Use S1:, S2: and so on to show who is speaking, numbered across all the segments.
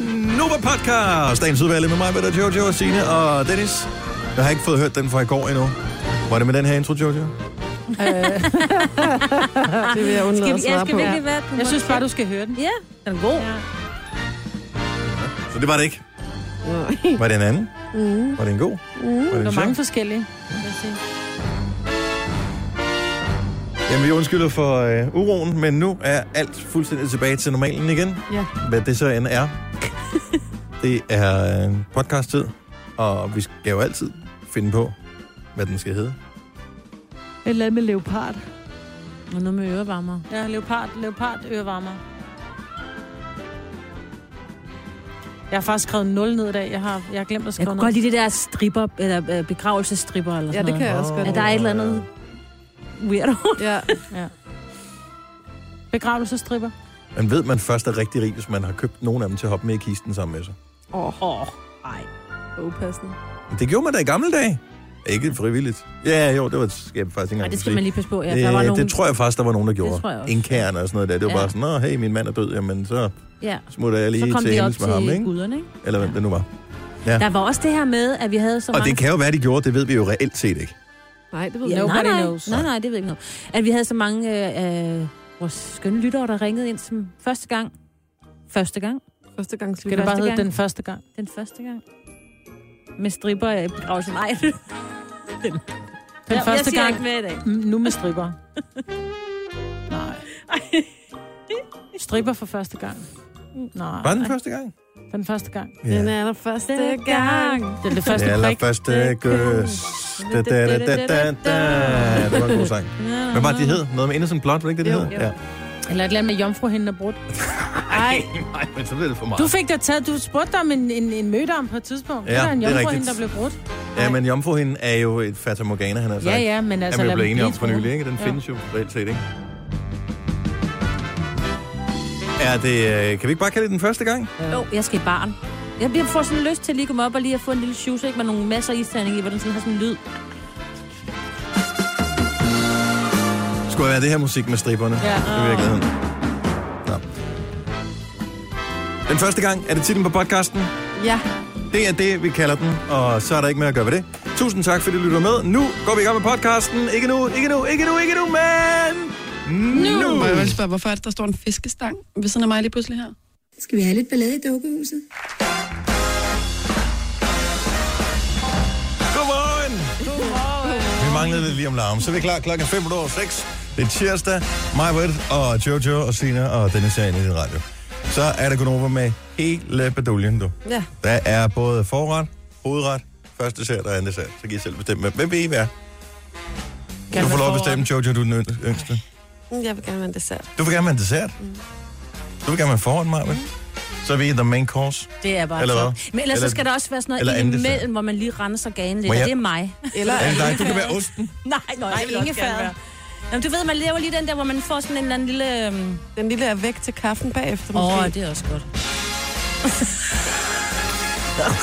S1: Gunova Podcast. Dagens udvalg med mig, med der Jojo og Signe og Dennis. Jeg har ikke fået hørt den fra i går endnu. Var det med den her intro, Jojo?
S2: det vil jeg undlade
S3: Skal,
S2: at
S3: vi-
S2: svare
S3: jeg skal
S2: på.
S3: virkelig være...
S4: Jeg synes bare, du skal høre den.
S3: Ja,
S4: Den er god.
S1: Så det var det ikke. Var det en anden? Mm. Var det en god? Mm. Var det
S4: Der
S1: en
S4: er mange
S1: sjov?
S4: forskellige. vil jeg sige.
S1: Jamen, vi undskylder for øh, uroen, men nu er alt fuldstændig tilbage til normalen igen.
S2: Ja.
S1: Hvad det så end er. det er øh, podcast-tid, og vi skal jo altid finde på, hvad den skal hedde.
S2: Eller med leopard.
S3: Og noget med ørevarmer.
S4: Ja, leopard, leopard, ørevarmer. Jeg har faktisk skrevet 0 ned i dag. Jeg har, jeg har glemt at
S3: Jeg
S4: skrive
S3: kunne
S4: noget.
S3: godt lide det der stripper, eller øh, begravelsestripper, eller
S2: Ja,
S3: sådan
S2: det kan
S3: noget.
S2: jeg også godt.
S3: Ja, der er et eller andet weirdo.
S2: Ja.
S4: Begravelsestripper.
S1: Man ved, man først er rigtig rig, hvis man har købt nogen af dem til at hoppe med i kisten sammen med sig.
S2: Åh,
S4: Åh, oh, ej.
S2: oh, upassende.
S1: Men Det gjorde man da i gamle dage. Ikke frivilligt. Ja, jo, det var skal jeg faktisk ikke
S3: Ej,
S1: engang
S3: det skal
S1: sige.
S3: man lige passe på. Ja, der var
S1: det,
S3: nogen...
S1: det tror jeg faktisk, der var nogen, der gjorde.
S3: tror jeg også.
S1: Inkærne og sådan noget der. Det var
S3: Ja.
S1: ja. bare sådan, Nå, hey, min mand er død, jamen så
S3: Ja.
S1: smutter jeg
S3: Så
S1: lige
S3: kom
S1: til
S3: de op
S1: hendes med ham,
S3: til
S1: ikke?
S3: guderne, ikke?
S1: Eller hvem det nu var.
S3: Der var også det her med, at vi havde så
S1: Og
S3: mange
S1: det kan jo være, de gjorde, det ved vi jo reelt set ikke.
S2: Nej, det ved jeg
S3: Ja, nej,
S4: Nobody
S3: nej,
S4: knows.
S3: nej, nej, det ved jeg ikke noget. At vi havde så mange øh, øh, vores skønne lyttere, der ringede ind som første gang. Første gang.
S2: ikke. Første gang
S4: Skal det bare
S3: Første
S4: hedde
S3: gang.
S4: den første gang?
S3: Den første gang. Med stripper i begravelsen. Nej, den
S4: Den
S3: jeg,
S4: første
S3: jeg
S4: gang.
S3: ikke med i dag.
S4: Mm, Nu med stripper. Nej. Stripper for første gang. Nej.
S1: Var den første gang?
S4: Den første gang.
S2: Den er der første gang.
S4: Det er det første
S1: Det er
S4: prik.
S1: første kys. Da, da, da, da, da, da. Det var en god sang. Hvad var det, de hed? Noget med Innocent Blood, var det ikke det,
S2: Jo,
S1: de hed?
S2: jo.
S1: Ja.
S4: Eller et eller andet med jomfruhinden og brudt.
S1: Ej, nej, men så blev det for meget.
S4: Du fik da taget, du spurgte dig om en, en, en mødom på et tidspunkt.
S1: Ja,
S4: det er da en
S1: det er
S4: jomfruhinde, der
S1: rigtigt.
S4: blev brudt.
S1: Ja, men jomfruhinden er jo et fata morgana, han har sagt.
S4: Ja, ja, men altså...
S1: Altså, Jamen,
S4: lad
S1: jeg blev
S4: dem
S1: enige om
S4: blive
S1: for
S4: troet.
S1: nylig, ikke? Den
S4: Ja.
S1: findes jo reelt set, ikke? Er det, øh, kan vi ikke bare kalde det den første gang?
S3: Jo, jeg skal i barn. Jeg bliver får sådan lyst til at lige komme op og lige at få en lille shoes, ikke med nogle masser af isterning i, hvor den sådan har sådan en lyd.
S1: Skulle være det her musik med striberne?
S4: Ja.
S1: I virkeligheden. Nå. Den første gang er det titlen på podcasten.
S2: Ja.
S1: Det er det, vi kalder den, og så er der ikke mere at gøre ved det. Tusind tak, fordi du lytter med. Nu går vi i gang med podcasten. Ikke nu, ikke nu, ikke nu, ikke nu, men... Nu! nu.
S5: Må jeg vel spørge, hvorfor er det, der står en fiskestang ved siden af mig lige pludselig her?
S6: Skal vi have lidt ballade i dukkehuset?
S1: Godmorgen! Vi manglede lidt lige om larm, så vi er klar klokken 5 over 6. Det er tirsdag. Mig, Britt og Jojo og Sina og Dennis er inde i din radio. Så er der Gunova med hele baduljen, du.
S2: Ja.
S1: Der er både forret, hovedret, første dessert og anden dessert. Så kan I selv bestemme, hvem vil I være?
S4: Gerne
S1: du får
S4: med
S1: lov at
S4: forret.
S1: bestemme, Jojo, du er den yng- yngste.
S2: Mm, Jeg vil gerne have en dessert.
S1: Du vil gerne have en dessert. Du vil gerne have forret, Maja. Så er vi the main course.
S3: Det er bare
S1: Eller
S3: top.
S1: hvad?
S3: Men ellers
S1: Eller-
S3: så skal der også være sådan
S1: eller
S3: noget
S1: anden
S3: imellem,
S1: dessert.
S3: hvor man lige renser gagen lidt.
S1: Må
S3: Jeg...
S1: jeg-
S3: Det er mig.
S2: Eller
S1: Er det dig? Du kan være osten.
S3: Nej, nej,
S4: jeg vil også gerne
S3: ingefæret.
S4: være.
S3: Jamen, du ved, man laver lige den der, hvor man får sådan en eller anden lille... øhm,
S2: den lille er væk til kaffen bagefter.
S3: Åh,
S2: måske.
S3: oh, det er også godt.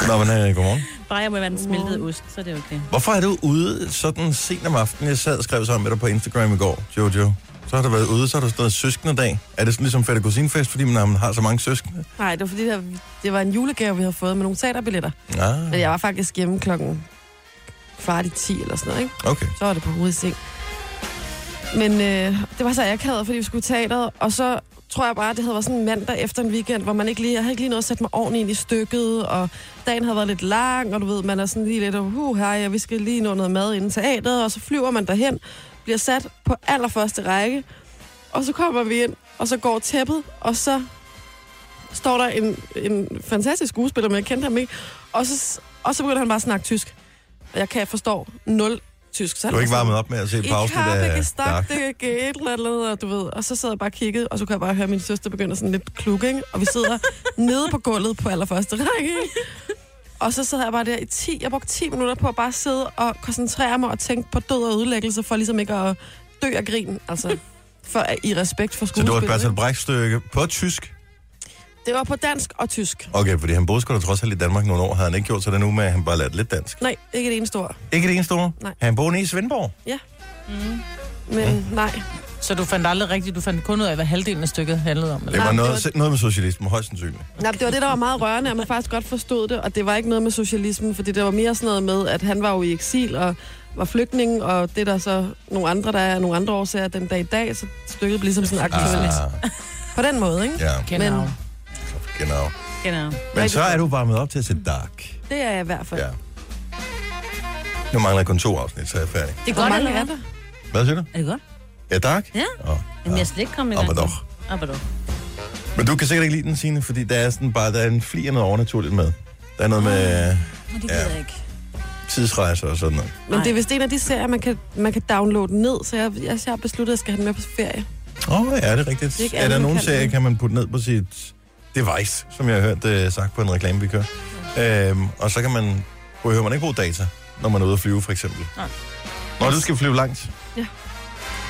S1: Nå, men øh, godmorgen.
S3: Bare jeg må være den smeltede ost, så er det okay.
S1: Hvorfor er du ude sådan sent om aftenen? Jeg sad og skrev sammen med dig på Instagram i går, Jojo. Så har du været ude, så har du stået søskende dag. Er det sådan ligesom fætter kusinfest, fordi man man har så mange søskende?
S2: Nej, det var fordi, der, det var en julegave, vi havde fået med nogle teaterbilletter. Men
S1: Ah,
S2: jeg var faktisk hjemme klokken kvart i 10 eller sådan noget, ikke?
S1: Ah, okay.
S2: Så var det på hovedet i seng. Men øh, det var så akavet, fordi vi skulle i teateret, og så tror jeg bare, det havde været sådan en mandag efter en weekend, hvor man ikke lige, jeg havde ikke lige noget at sætte mig ordentligt ind i stykket, og dagen havde været lidt lang, og du ved, man er sådan lige lidt, uh, her, ja, vi skal lige nå noget mad inden teateret, og så flyver man derhen, bliver sat på allerførste række, og så kommer vi ind, og så går tæppet, og så står der en, en fantastisk skuespiller, men jeg kendte ham ikke, og så, og så begynder han bare at snakke tysk. Og jeg kan forstå nul tysk. Så
S1: Du er ikke varmet op med at se
S2: i
S1: på afsnit
S2: kappe,
S1: af Dark.
S2: gestak, det kan et eller andet, og du ved. Og så sad jeg bare og kiggede, og så kunne jeg bare høre, at min søster begynder sådan lidt klukke, ikke? Og vi sidder nede på gulvet på allerførste række, ikke? Og så sad jeg bare der i 10, jeg brugte 10 minutter på at bare sidde og koncentrere mig og tænke på død og ødelæggelse, for ligesom ikke at dø af grin, altså. For, i respekt for
S1: Så det var et
S2: skuespillet.
S1: Bertolt
S2: ikke?
S1: Brecht-stykke på tysk.
S2: det var på dansk og tysk.
S1: Okay, fordi han boede sgu da trods alt i Danmark nogle år. Havde han ikke gjort sig det nu med, at han bare lærte lidt dansk?
S2: Nej, ikke det eneste ord.
S1: Ikke det eneste ord?
S2: Nej.
S1: Han boede nede i Svendborg.
S2: Men nej,
S4: Så du fandt aldrig rigtigt, du fandt kun ud af, hvad halvdelen af stykket handlede om.
S1: Det
S4: Eller?
S1: var
S2: Nej,
S1: noget,
S2: det
S1: var... noget med socialisme, højst sandsynligt.
S2: Nej, det var det, der var meget rørende, at man faktisk godt forstod det, og det var ikke noget med socialismen, fordi det var mere sådan noget med, at han var jo i eksil og var flygtning, og det er der så nogle andre, der er nogle andre årsager den dag i dag, så stykket blev ligesom sådan aktuelt. Ah. På den måde, ikke?
S1: ja,
S4: Genau.
S2: Men-
S1: genau.
S4: Genau.
S1: Men så er du bare med op til at se Dark.
S2: Det er jeg i hvert fald.
S1: Ja. Nu mangler jeg kun to afsnit, så er jeg færdig.
S3: Det er
S2: Hvor
S3: godt,
S2: mange
S3: eller
S2: er
S3: hvad?
S2: der?
S1: Hvad siger du?
S3: Er det godt?
S1: Ja, Dark?
S3: Ja.
S1: Oh,
S3: Jamen, jeg er slet ikke kommet i
S1: ja.
S3: gang.
S1: Og dog.
S3: Abadoch.
S1: Men du kan sikkert ikke lide den, Signe, fordi der er sådan bare der er en fli af noget overnaturligt med. Der er noget med
S3: Men det
S1: Ja.
S3: gider jeg ikke.
S1: tidsrejser og sådan noget.
S2: Men det er
S3: Nej.
S2: vist en af de serier, man kan, man kan downloade ned, så jeg, jeg, jeg har besluttet, at jeg skal have den med på ferie.
S1: Åh, oh, ja, det er rigtigt.
S2: Det er ikke
S1: er
S2: alle,
S1: der
S2: der
S1: nogen
S2: kan
S1: serier,
S2: det.
S1: kan man putte ned på sit device, som jeg har hørt øh, sagt på en reklame, vi kører. Øhm, og så kan man, behøver man ikke bruge data, når man er ude at flyve, for eksempel.
S4: Nej.
S1: Når du skal flyve langt.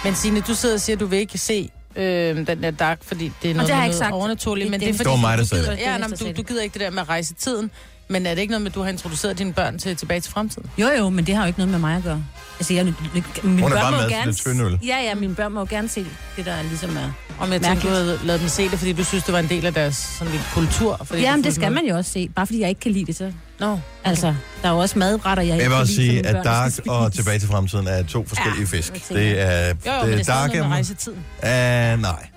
S4: Men Signe, du sidder og siger, at du vil ikke se øh, den der dark, fordi det er noget,
S3: det har jeg ikke
S4: med noget
S3: sagt.
S4: overnaturligt. Men
S3: Det
S4: det, er
S3: er
S4: fordi,
S1: Det var mig, der
S4: du
S1: sagde
S4: gider,
S3: det.
S4: ja, nej, men
S3: Det er
S4: du,
S3: vist,
S4: du
S3: der
S4: gider ikke det der med at rejse i tiden. Men er det ikke noget med, at du har introduceret dine børn til tilbage til fremtiden?
S3: Jo, jo, men det har jo ikke noget med mig at gøre. Altså, jeg, mine
S1: er
S3: børn
S1: bare
S3: må
S1: med
S3: jo
S1: til
S3: gerne,
S1: lidt tyndøl.
S3: Ja, ja, mine børn må jo gerne se det, der ligesom er.
S4: Om jeg tænkte, du
S3: Mærkeligt.
S4: havde lavet dem se det, fordi du synes, det var en del af deres sådan lidt kultur. Fordi
S3: Ja,
S4: du
S3: men det
S4: fulgte
S3: skal
S4: med.
S3: man jo også se. Bare fordi jeg ikke kan lide det, så...
S4: Nå,
S3: Altså, der er jo også madretter, jeg ikke
S1: Jeg vil
S3: kan
S1: også
S3: lide,
S1: sige,
S3: som mine
S1: at
S3: børn skal
S1: Dark
S3: spise.
S1: og Tilbage til Fremtiden er to forskellige
S3: Ja,
S1: fisk.
S3: jeg tænker.
S1: Det er,
S4: jo, jo, men det er
S1: Dark
S4: stadig noget med
S1: er...
S4: rejsetiden.
S1: Uh, nej.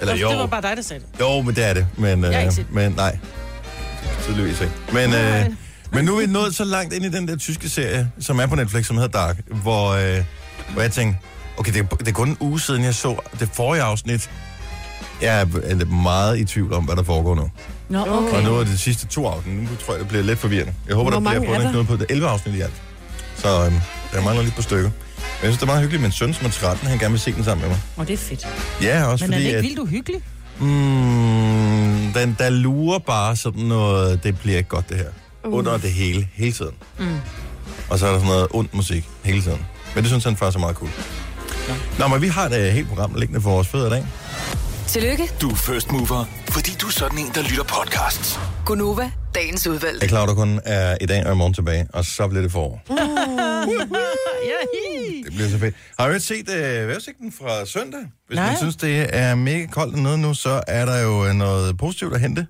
S1: Eller
S4: Nå, Det var
S1: jo,
S4: bare dig, der sagde det.
S1: jo, men det er det. Men,
S4: har
S1: øh,
S4: ikke set den.
S1: men nej. Tydeligvis ikke. Men, øh, men nu er vi nået så langt ind i den der tyske serie, som er på Netflix, som hedder Dark, hvor, øh, hvor jeg tænkte, okay, det er, det er kun en uge siden, jeg så det forrige afsnit. Jeg er- er meget i tvivl om, hvad der foregår nu.
S3: Nå, okay.
S1: Og nu er det de sidste to afsnit. Nu tror jeg, det bliver lidt forvirrende. Jeg håber,
S2: Hvor
S1: der bliver
S2: mange er
S1: fundet
S2: der?
S1: noget på det 11 afsnit i alt. Så øhm, der mangler lidt på stykker. Men jeg synes, det er meget hyggeligt. Min søn, som er 13, han gerne vil se den sammen med mig.
S3: Og det er fedt.
S1: Ja, også
S4: Men er det
S1: fordi,
S4: ikke
S1: at,
S4: vildt uhyggeligt?
S1: mm, den, der lurer bare sådan noget, det bliver ikke godt det her. Uh. Under det hele, hele tiden. Mm. Og så er der sådan noget ond musik hele tiden. Men det synes han faktisk er meget cool. Nå, men vi har et øh, helt program liggende for vores fødder i dag.
S7: Tillykke,
S8: Du er first mover, fordi du er sådan en, der lytter podcasts.
S7: Gunova, dagens
S1: Jeg er
S7: udvalgte.
S1: klar, over, der kun er i dag og i morgen tilbage, og så bliver det forår.
S4: Ja,
S1: Det bliver så fedt. Har I ikke set øh, vejrudsigten fra søndag? Hvis Nej.
S4: Nej.
S1: man synes, det er mega koldt dernede nu, så er der jo øh, noget positivt at hente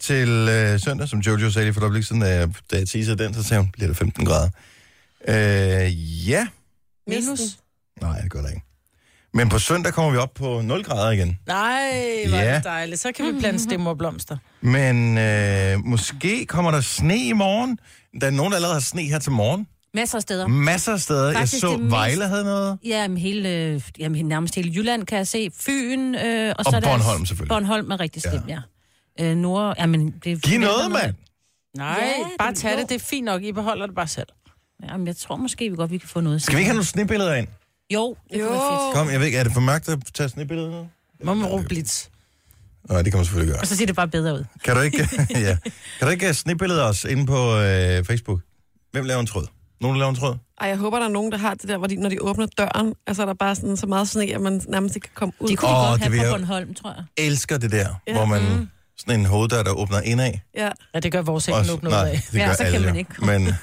S1: til øh, søndag, som Jojo sagde lige for et øjeblik siden, øh, da jeg teasede den, så sagde hun, bliver det 15 grader? Øh, ja.
S4: Minus?
S1: Nej, det gør det ikke. Men på søndag kommer vi op på 0 grader igen.
S4: Nej, hvor er
S1: Ja.
S4: det dejligt. Så kan vi plante stemmer og blomster.
S1: Men øh, måske kommer der sne i morgen. Der er nogen, der allerede har sne her til morgen.
S3: Masser af steder.
S1: Masser af steder.
S3: Faktisk
S1: jeg så
S3: det mest-
S1: Vejle havde noget.
S3: Jamen, hele, øh, jamen, nærmest hele Jylland kan jeg se. Fyn, øh, og,
S1: Og
S3: så er der-
S1: Bornholm selvfølgelig.
S3: Bornholm er rigtig slemt, ja. ja. Øh, Nord, jamen, det
S1: Giv noget, mand!
S4: Nej,
S3: Ja,
S4: bare
S3: det-
S4: tag
S3: jo.
S4: det. Det er fint nok. I beholder det bare selv.
S3: Jamen, jeg tror måske, vi godt vi kan få noget.
S1: Skal vi ikke have nogle snebilleder ind?
S3: Jo, det jo. kunne være fedt.
S1: Kom, jeg ved ikke, er det for mørkt at tage snebilleder nu?
S4: Må man råbe blitz?
S1: Nej, det kan man selvfølgelig gøre.
S3: Og så ser det bare bedre ud.
S1: Kan du ikke, ja. kan du ikke øh, snebillede os inde på øh, Facebook? Hvem laver en tråd? Nogen der laver en tråd?
S2: Ej, jeg håber, der er nogen, der har det der, hvor de, når de åbner døren, altså er der bare sådan så meget sne, at man nærmest ikke kan komme ud.
S3: Det kunne vi
S1: Åh,
S3: godt
S1: det vil
S3: have
S1: jeg-
S3: på Bornholm, tror jeg.
S1: Elsker det der, ja.
S2: Ja.
S1: hvor man mm. sådan en hoveddør, der åbner indad.
S2: Ja.
S4: Ja, det gør vores ikke
S1: og s-
S4: nok noget
S1: nej,
S4: af.
S1: det gør
S3: Ja, så kan
S1: alle,
S3: man
S1: jo.
S3: ikke.
S1: Men, men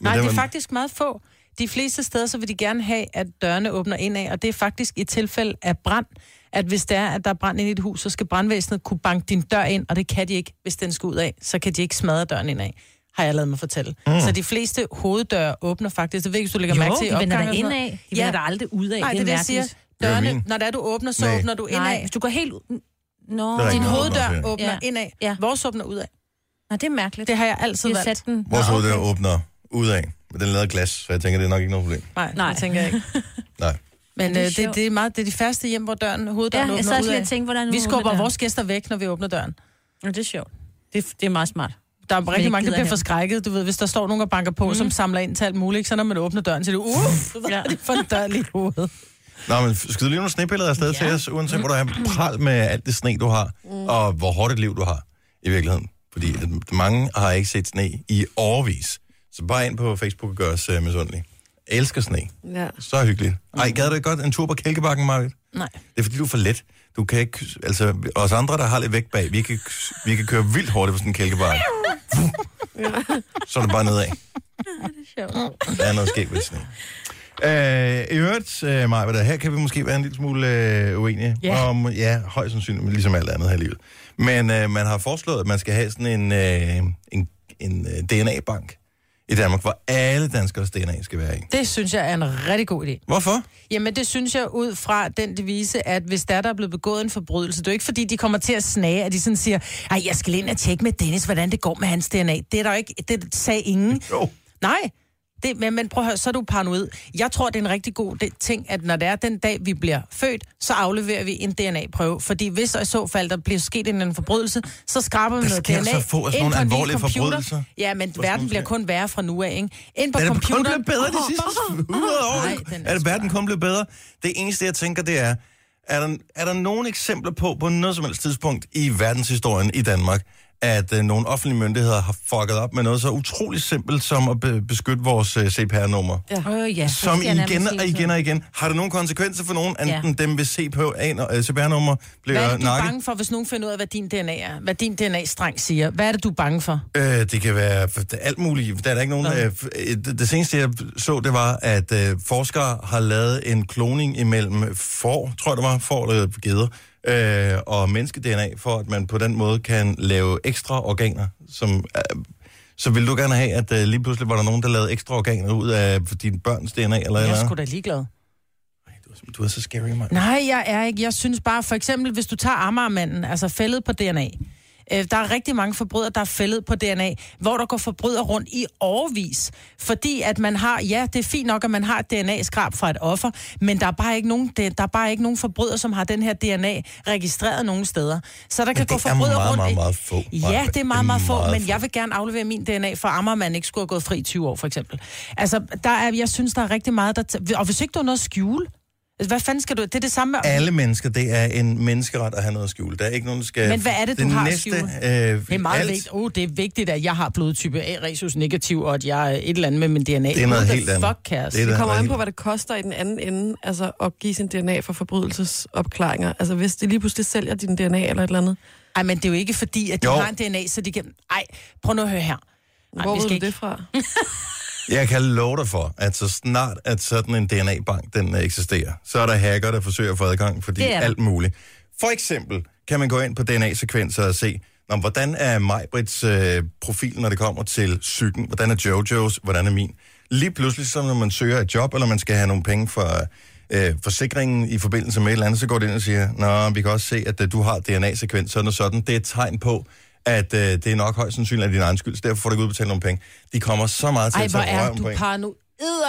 S4: Nej, det
S1: man-
S4: er faktisk meget få. De fleste steder, så vil de gerne have, at dørene åbner indad, og det er faktisk i tilfælde af brand, at hvis der er, at der er brand ind i et hus, så skal brandvæsenet kunne banke din dør ind, og det kan de ikke, hvis den skal ud af, så kan de ikke smadre døren indad, har jeg lavet mig fortælle. Mm. Så de fleste hoveddøre åbner faktisk, det ved jeg ikke, hvis du lægger mærke til i
S3: de vender
S4: opgangen
S3: der
S4: og sådan
S3: indad.
S4: noget.
S3: De vender der aldrig ud af.
S4: Nej, det er det, jeg siger.
S3: mærkeligt.
S1: Det er
S4: Dørene,
S1: min.
S4: når det er, du åbner, så
S1: Nej.
S4: åbner du indad.
S3: Nej, hvis du går helt ud... Nå,
S1: Der er
S3: din
S1: ikke noget.
S3: hoved...
S4: Hoveddør
S1: Åbner
S4: åbner
S3: Ja.
S4: indad.
S3: Ja.
S4: Vores åbner udad.
S3: Nå, det er mærkeligt.
S4: Det har jeg altid
S3: Vi har
S4: valgt.
S3: sat den.
S1: Vores hoveddør åbner udad, men den er lavet af glas, så jeg tænker, det er nok ikke noget problem.
S4: Nej, Nej,
S3: Nej.
S4: det tænker jeg ikke.
S1: Nej.
S4: Men
S3: Det er
S4: øh, det,
S3: sjovt.
S4: det, er meget, det er de første hjem, hvor døren,
S3: Ja,
S4: hoveddøren
S3: jeg sad
S4: åbner
S3: også lige
S4: udad.
S3: og tænkte, hvordan
S4: Vi
S3: hun
S4: skubber
S3: åbner
S4: vores gæster væk, når vi åbner døren.
S3: døren. Nå, det er sjovt. Det, det er meget smart.
S4: Der er rigtig
S3: ikke
S4: mange, der
S3: gider
S4: bliver
S3: have
S4: forskrækket. Du ved, hvis der står nogen og banker på, mm. som samler ind til alt muligt, ikke? så når man åbner døren, så er det, uff, hvad er det for en dør lige i hovedet?
S1: Nå, men skyd lige nogle snebilleder afsted ja. til os, uanset hvor du er pral med alt det sne, du har, mm. og hvor hårdt et liv du har i virkeligheden. Fordi at mange har ikke set sne i årvis. Så bare ind på Facebook og gør os uh, misundelige. Jeg elsker sne.
S2: ja.
S1: Så hyggeligt. Ej, gad du ikke godt en tur på Kælkebakken, Marvitt?
S4: Nej.
S1: Det er fordi, du er for let. Du kan ikke... Altså, os andre, der har lidt vægt bag, vi kan, vi kan køre vildt hurtigt på sådan en kælkebakke. Så er det bare nedad. Det er noget skægt ved sne. Øh, I øvrigt, øh, Maja, hvad der, her kan vi måske være en lille smule øh, uenige.
S4: Ja.
S1: Om, ja, højst sandsynligt, men ligesom alt andet her i livet. Men øh, man har foreslået, at man skal have sådan en, øh, en, en øh, DNA-bank i Danmark, hvor alle danskers DNA skal være i.
S4: Det synes jeg er en rigtig god idé.
S1: Hvorfor?
S4: Jamen, det synes jeg ud fra den devise, at hvis der, der er blevet begået en forbrydelse, det er jo ikke fordi, de kommer til at snage, at de sådan siger, ej, jeg skal ind og tjekke med Dennis, hvordan det går med hans DNA. Det er der jo ikke, det sagde ingen.
S1: Jo.
S4: Nej, det, men, men prøv at høre, så er du paranoid. Jeg tror, det er en rigtig god det, ting, at når det er den dag, vi bliver født, så afleverer vi en DNA-prøve. Fordi hvis og i så fald, der bliver sket en eller anden forbrydelse, så skraber vi
S1: Der
S4: noget
S1: sker
S4: DNA.
S1: så få af sådan
S4: ind
S1: nogle
S4: på en lille
S1: alvorlige
S4: computer.
S1: forbrydelser.
S4: Ja, men
S1: sådan
S4: verden
S1: nogle
S4: bliver
S1: ting.
S4: kun værre fra nu af, ikke? Ind på
S1: Er det kun
S4: computeren.
S1: blevet bedre de sidste 100 år?
S4: Nej,
S1: ikke?
S4: den er
S1: er det verden kun blevet bedre? Det eneste, jeg tænker, det er, er der, er der nogle eksempler på, på noget som helst tidspunkt i verdenshistorien i Danmark, at øh, nogle offentlige myndigheder har fucket op med noget så utrolig simpelt som at be- beskytte vores øh, CPR-nummer?
S3: Øh, ja, det
S1: Som
S3: skal jeg
S1: igen
S3: nærmest
S1: og
S3: sige.
S1: igen og igen. Har det nogen konsekvenser for nogen,
S3: Ja.
S1: enten dem ved øh, CPR-nummer
S4: Hvad er
S1: bliver
S4: det, du er
S1: nakket?
S4: bange for, hvis nogen finder ud af, hvad din DNA er? Hvad din DNA-streng siger? Hvad er det, du er bange for?
S1: Øh, det kan være for- det- alt muligt. Der er der ikke nogen...
S4: Nå.
S1: Øh, f- øh, det, det seneste, jeg så, det var, at øh, forskere har lavet en kloning imellem får, tror jeg det var, får eller geder, øh, og menneske-DNA, for at man på den måde kan lave ekstra organer, som... Øh, så ville du gerne have, at øh, lige pludselig var der nogen, der lavede ekstra organer ud af dine børns DNA, eller
S4: Jeg
S1: eller?
S4: er sgu da ligeglad.
S1: andet? Du er så scary, mand.
S4: Nej, jeg er ikke. Jeg synes bare, for eksempel, hvis du tager Amagermanden, altså fældet på DNA. Øh, Der er rigtig mange forbrydere, der er fældet på DNA, hvor der går forbrydere rundt i overvis. Fordi at man har, ja, det er fint nok, at man har et DNA-skrab fra et offer, men der er bare ikke nogen, det- der er bare ikke nogen forbrydere, som har den her DNA registreret nogen steder. Så der kan gå
S1: det er
S4: forbrydere
S1: meget,
S4: rundt
S1: meget,
S4: i-
S1: meget få.
S4: Ja, det er meget, meget få, men jeg vil gerne aflevere min DNA, for Ammermand ikke skulle have gået fri i 20 år, for eksempel. Altså, der er, jeg synes, der er rigtig meget, der... t- Og hvis ikke du har noget at skjule, altså, hvad fanden skal du... Det er det samme med...
S1: alle mennesker, det er en menneskeret at have noget at skjule. Der er ikke nogen, der skal...
S4: Men hvad er det, du har at skjule?
S1: Øh,
S4: Det er meget
S1: alt,
S4: vigtigt. Oh, det er vigtigt, at jeg har blodtype A, rhesus negativ, og at jeg er et eller andet med min DNA.
S1: Det er noget helt andet.
S4: Fuck, kæreste.
S1: Det er
S4: Det
S2: Det
S1: da
S2: kommer an
S1: noget
S2: på, hvad det koster i den anden ende, altså at give sin DNA for forbrydelsesopklaringer. Altså hvis de lige pludselig sælger din DNA eller et eller andet.
S4: Ej, men det er jo ikke fordi, at de
S1: Jo.
S4: jo. har en DNA, så de kan... Ej, prøv nu at høre her. Ej,
S2: Hvor
S4: vi
S2: ved du
S4: skal
S2: det
S4: ikke-
S2: fra?
S1: Jeg kan love dig for, at så snart at sådan en DNA-bank den øh, eksisterer, så er der hacker, der forsøger at få adgang, fordi
S3: Det er der.
S1: alt muligt. For eksempel kan man gå ind på DNA-sekvenser og se, Nå, men hvordan er Majbrits øh, profil, når det kommer til psyken? Hvordan er Jojos? Hvordan er min? Lige pludselig, så når man søger et job, eller man skal have nogle penge for øh, forsikringen i forbindelse med et eller andet, så går det ind og siger, Nå, vi kan også se, at øh, du har DNA-sekvens, sådan og sådan. Det er et tegn på, at øh, det er nok højst sandsynligt af din egen skyld, så derfor får du ikke udbetalt nogle penge. De kommer så meget til
S4: Ej,
S1: at
S4: hvor
S1: tage
S4: er
S1: røven på
S4: du
S1: en.
S4: paranoid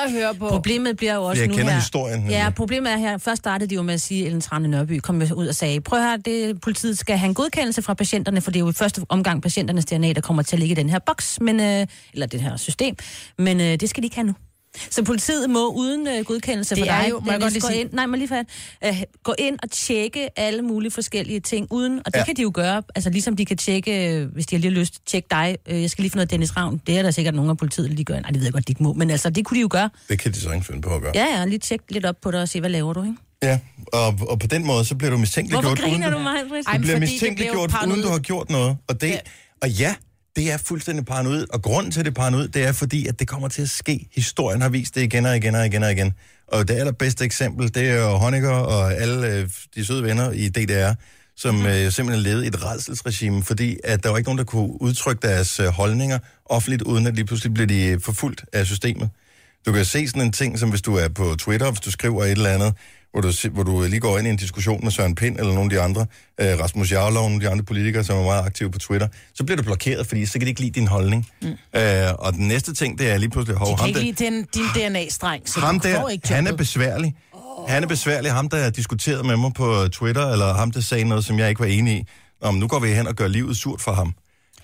S4: at høre på.
S3: Problemet bliver jo også
S1: Jeg
S3: nu
S1: kender
S3: her...
S1: historien,
S3: Ja,
S1: nemlig.
S3: problemet er her... Først startede de jo med at sige, at Ellen Trane Nørby kom jo ud og sagde, prøv her, det, politiet skal have en godkendelse fra patienterne, for det er jo i første omgang patienternes DNA, der kommer til at ligge i den her boks, men, øh, eller det her system, men øh, det skal de ikke have nu. Så politiet må uden øh, godkendelse
S4: Det
S3: fra
S4: er
S3: dig,
S4: jo- må jeg
S3: Dennis,
S4: godt lige
S3: gå
S4: sige-
S3: ind, nej, men lige fat, øh, gå ind og tjekke alle mulige forskellige ting uden, og det
S1: Ja.
S3: ja. kan de jo gøre, altså ligesom de kan tjekke, øh, hvis de har lige lyst, tjekke dig, øh, jeg skal lige finde noget Dennis Ravn, det er der sikkert nogen af politiet, de gør, nej, det ved jeg godt, de ikke må, men altså, det kunne de jo gøre,
S1: Det kan de så ikke finde på at gøre.
S3: Ja, ja, lige tjek lidt op på dig og se, hvad laver du, ikke?
S1: Ja, og, og på den måde, så bliver du mistænkeliggjort.
S3: Hvorfor griner
S1: uden
S3: du mig, Britt?
S4: Ej,
S1: Du
S4: men
S1: bliver
S4: fordi det
S1: mistænkeliggjort,
S4: bliver jo
S1: uden du har
S4: paranoid.
S1: gjort noget. Og, det, ja.
S4: Ja.
S1: og ja, det er fuldstændig paranoid, og grunden til, at det er paranoid, det er fordi, at det kommer til at ske. Historien har vist det igen og igen og igen og igen. Og det allerbedste eksempel, det er jo Honecker og alle øh, de søde venner i DDR, som
S4: Mhm.
S1: mm. øh, simpelthen levede i et redselsregime, fordi at der var ikke nogen, der kunne udtrykke deres øh, holdninger offentligt, uden at lige pludselig blev de øh, forfulgt af systemet. Du kan se sådan en ting, som hvis du er på Twitter, hvis du skriver et eller andet, hvor du, si- hvor du lige går ind i en diskussion med Søren Pind eller nogle af de andre, øh, Rasmus Jarlov, nogle af de andre politikere, som er meget aktive på Twitter, så bliver du blokeret, fordi så kan de ikke lide din holdning. Mm. Øh, og den næste ting, det er lige pludselig, hov,
S4: De kan
S1: ham,
S4: ikke
S1: der, Ah.
S4: lide din, din DNA-streng, så
S1: ham
S4: du får
S1: der,
S4: ikke
S1: han er
S4: jobbet.
S1: besværlig. Han er besværlig, ham der diskuterede med mig på Twitter, eller ham der sagde noget, som jeg ikke var enig i. Om nu går vi hen og gør livet surt for ham.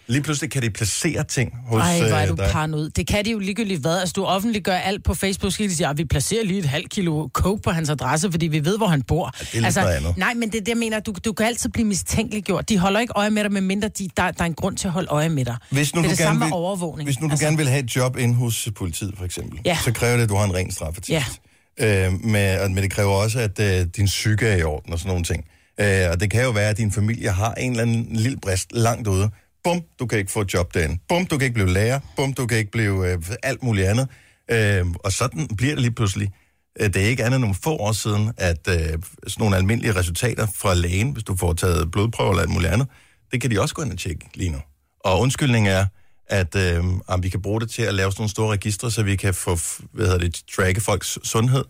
S1: Lige pludselig kan de placere ting hos
S4: Ej, hvor er
S1: øh,
S4: du
S1: dig.
S4: paranoid. Det kan de jo ligegyldigt hvad. Altså, du offentliggør alt på Facebook, så kan de sige, at vi placerer lige et halvt kilo coke på hans adresse, fordi vi ved, hvor han bor. Ja,
S1: er lidt noget andet.
S4: nej, men det er det, jeg mener. Du, du kan altid blive mistænkeliggjort. De holder ikke øje med dig, medmindre de, der, der er en grund til at holde øje med dig.
S1: Hvis nu
S4: det er
S1: du
S4: det
S1: gerne
S4: samme
S1: vil,
S4: med overvågning.
S1: Hvis nu du altså... gerne vil have et job inde hos politiet, for eksempel,
S4: Ja.
S1: så kræver det, at du har en ren straffetest. Ja. Øh, med, og- men det kræver også, at øh, din psyke er i orden og sådan nogle ting. Øh, og det kan jo være, at din familie har en eller anden lille brist langt ude. Bum, du kan ikke få et job derinde. Bum, du kan ikke blive lærer. Bum, du kan ikke blive øh, alt muligt andet. Øh, og sådan bliver det lige pludselig. øh, det er ikke andet end nogle få år siden, at øh, sådan nogle almindelige resultater fra lægen, hvis du får taget blodprøver eller alt muligt andet, det kan de også gå ind og tjekke lige nu. Og undskyldningen er, at øh, om vi kan bruge det til at lave sådan nogle store registre, så vi kan få, f- hvad hedder det, tracke folks sundhed,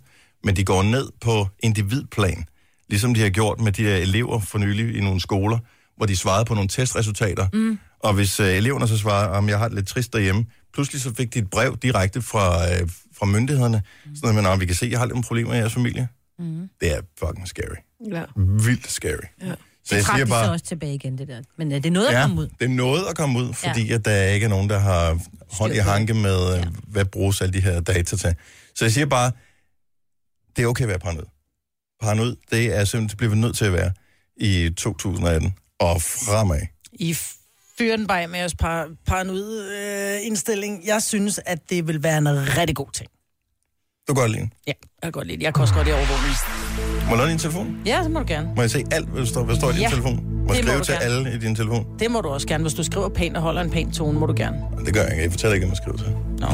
S1: men de går ned på individplan, ligesom de har gjort med de her elever for nylig i nogle skoler, hvor de svarede på nogle testresultater, mm. og hvis øh, eleverne så svarer, om jeg har det lidt trist derhjemme, pludselig så fik de et brev direkte fra, øh, fra myndighederne, mm. sådan at man, vi kan se, jeg har lidt nogle problemer i jeres familie. Mm. Det er fucking scary.
S2: Ja.
S1: Vildt scary. Ja. Så jeg
S3: det trak
S1: siger
S3: de så
S1: bare,
S3: også tilbage igen, det der. Men øh, det er noget at
S1: ja,
S3: komme ud.
S1: det er noget at komme ud, fordi ja. at der ikke er nogen, der har hånd i
S3: Styr på det.
S1: hanke med, ja.
S3: Ja.
S1: hvad bruges alle de her data til. Så jeg siger bare, det er okay at være paranoid. Paranoid, det er simpelthen, det bliver vi nødt til at være i 2018 og fremad.
S4: I fyrer den bare af med jeres par, paranoid øh, indstilling. Jeg synes, at det vil være en rigtig god ting.
S1: Du går alene.
S4: Ja, jeg kan godt lide det. Jeg kan også godt lide overvågning.
S1: Må jeg låne din telefon?
S4: Ja, så må du gerne.
S1: Må jeg se alt, hvad der står, hvad der står i din
S4: Ja,
S1: telefon? Må jeg
S4: det må
S1: skrive
S4: du
S1: til
S4: gerne.
S1: alle i din telefon?
S4: Det må du også gerne. Hvis du skriver pænt og holder en pæn tone, må du gerne.
S1: Det gør jeg ikke. Jeg fortæller ikke, hvad man skriver til.
S4: Nå.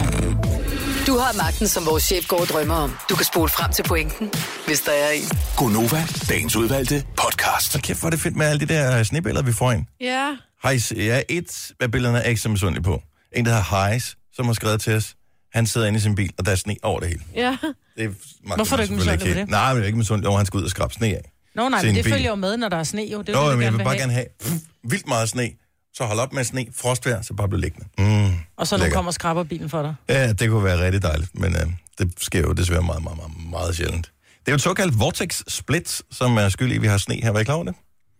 S7: Du har magten, som vores chef går og drømmer om. Du kan spole frem til pointen, hvis der er en.
S8: Gonova, dagens udvalgte podcast.
S1: Så kæft, hvor er det fedt med alle de der øh, snebilleder, vi får ind.
S2: Ja.
S1: Hejs, ja, et af billederne er jeg ikke så misundelig på. En, der hedder Hejs, som har skrevet til os. Han sidder inde i sin bil, og der er sne over det hele.
S2: Ja.
S1: Det er
S4: Hvorfor er du ikke misundelig på det?
S1: Nej, men jeg er ikke misundelig over, at han skal ud og skrabe sne af.
S4: Nå nej,
S1: Til
S4: men
S1: en
S4: det
S1: bil.
S4: følger jo med, når der er sne. Jo, det er
S1: Nå,
S4: jo, det,
S1: men jeg vil
S4: du gerne vil
S1: bare
S4: have.
S1: gerne have pff, vildt meget sne. Så hold op med sne, frostvejr, så bare blive liggende. Mm.
S4: Og så nu
S1: Lækker.
S4: kommer og skraber bilen for dig.
S1: Ja, det kunne være rigtig dejligt, men øh, det sker jo desværre meget, meget, meget, meget sjældent. Det er jo et såkaldt vortex split, som er skyld i, at vi har sne her. Var I klar over det?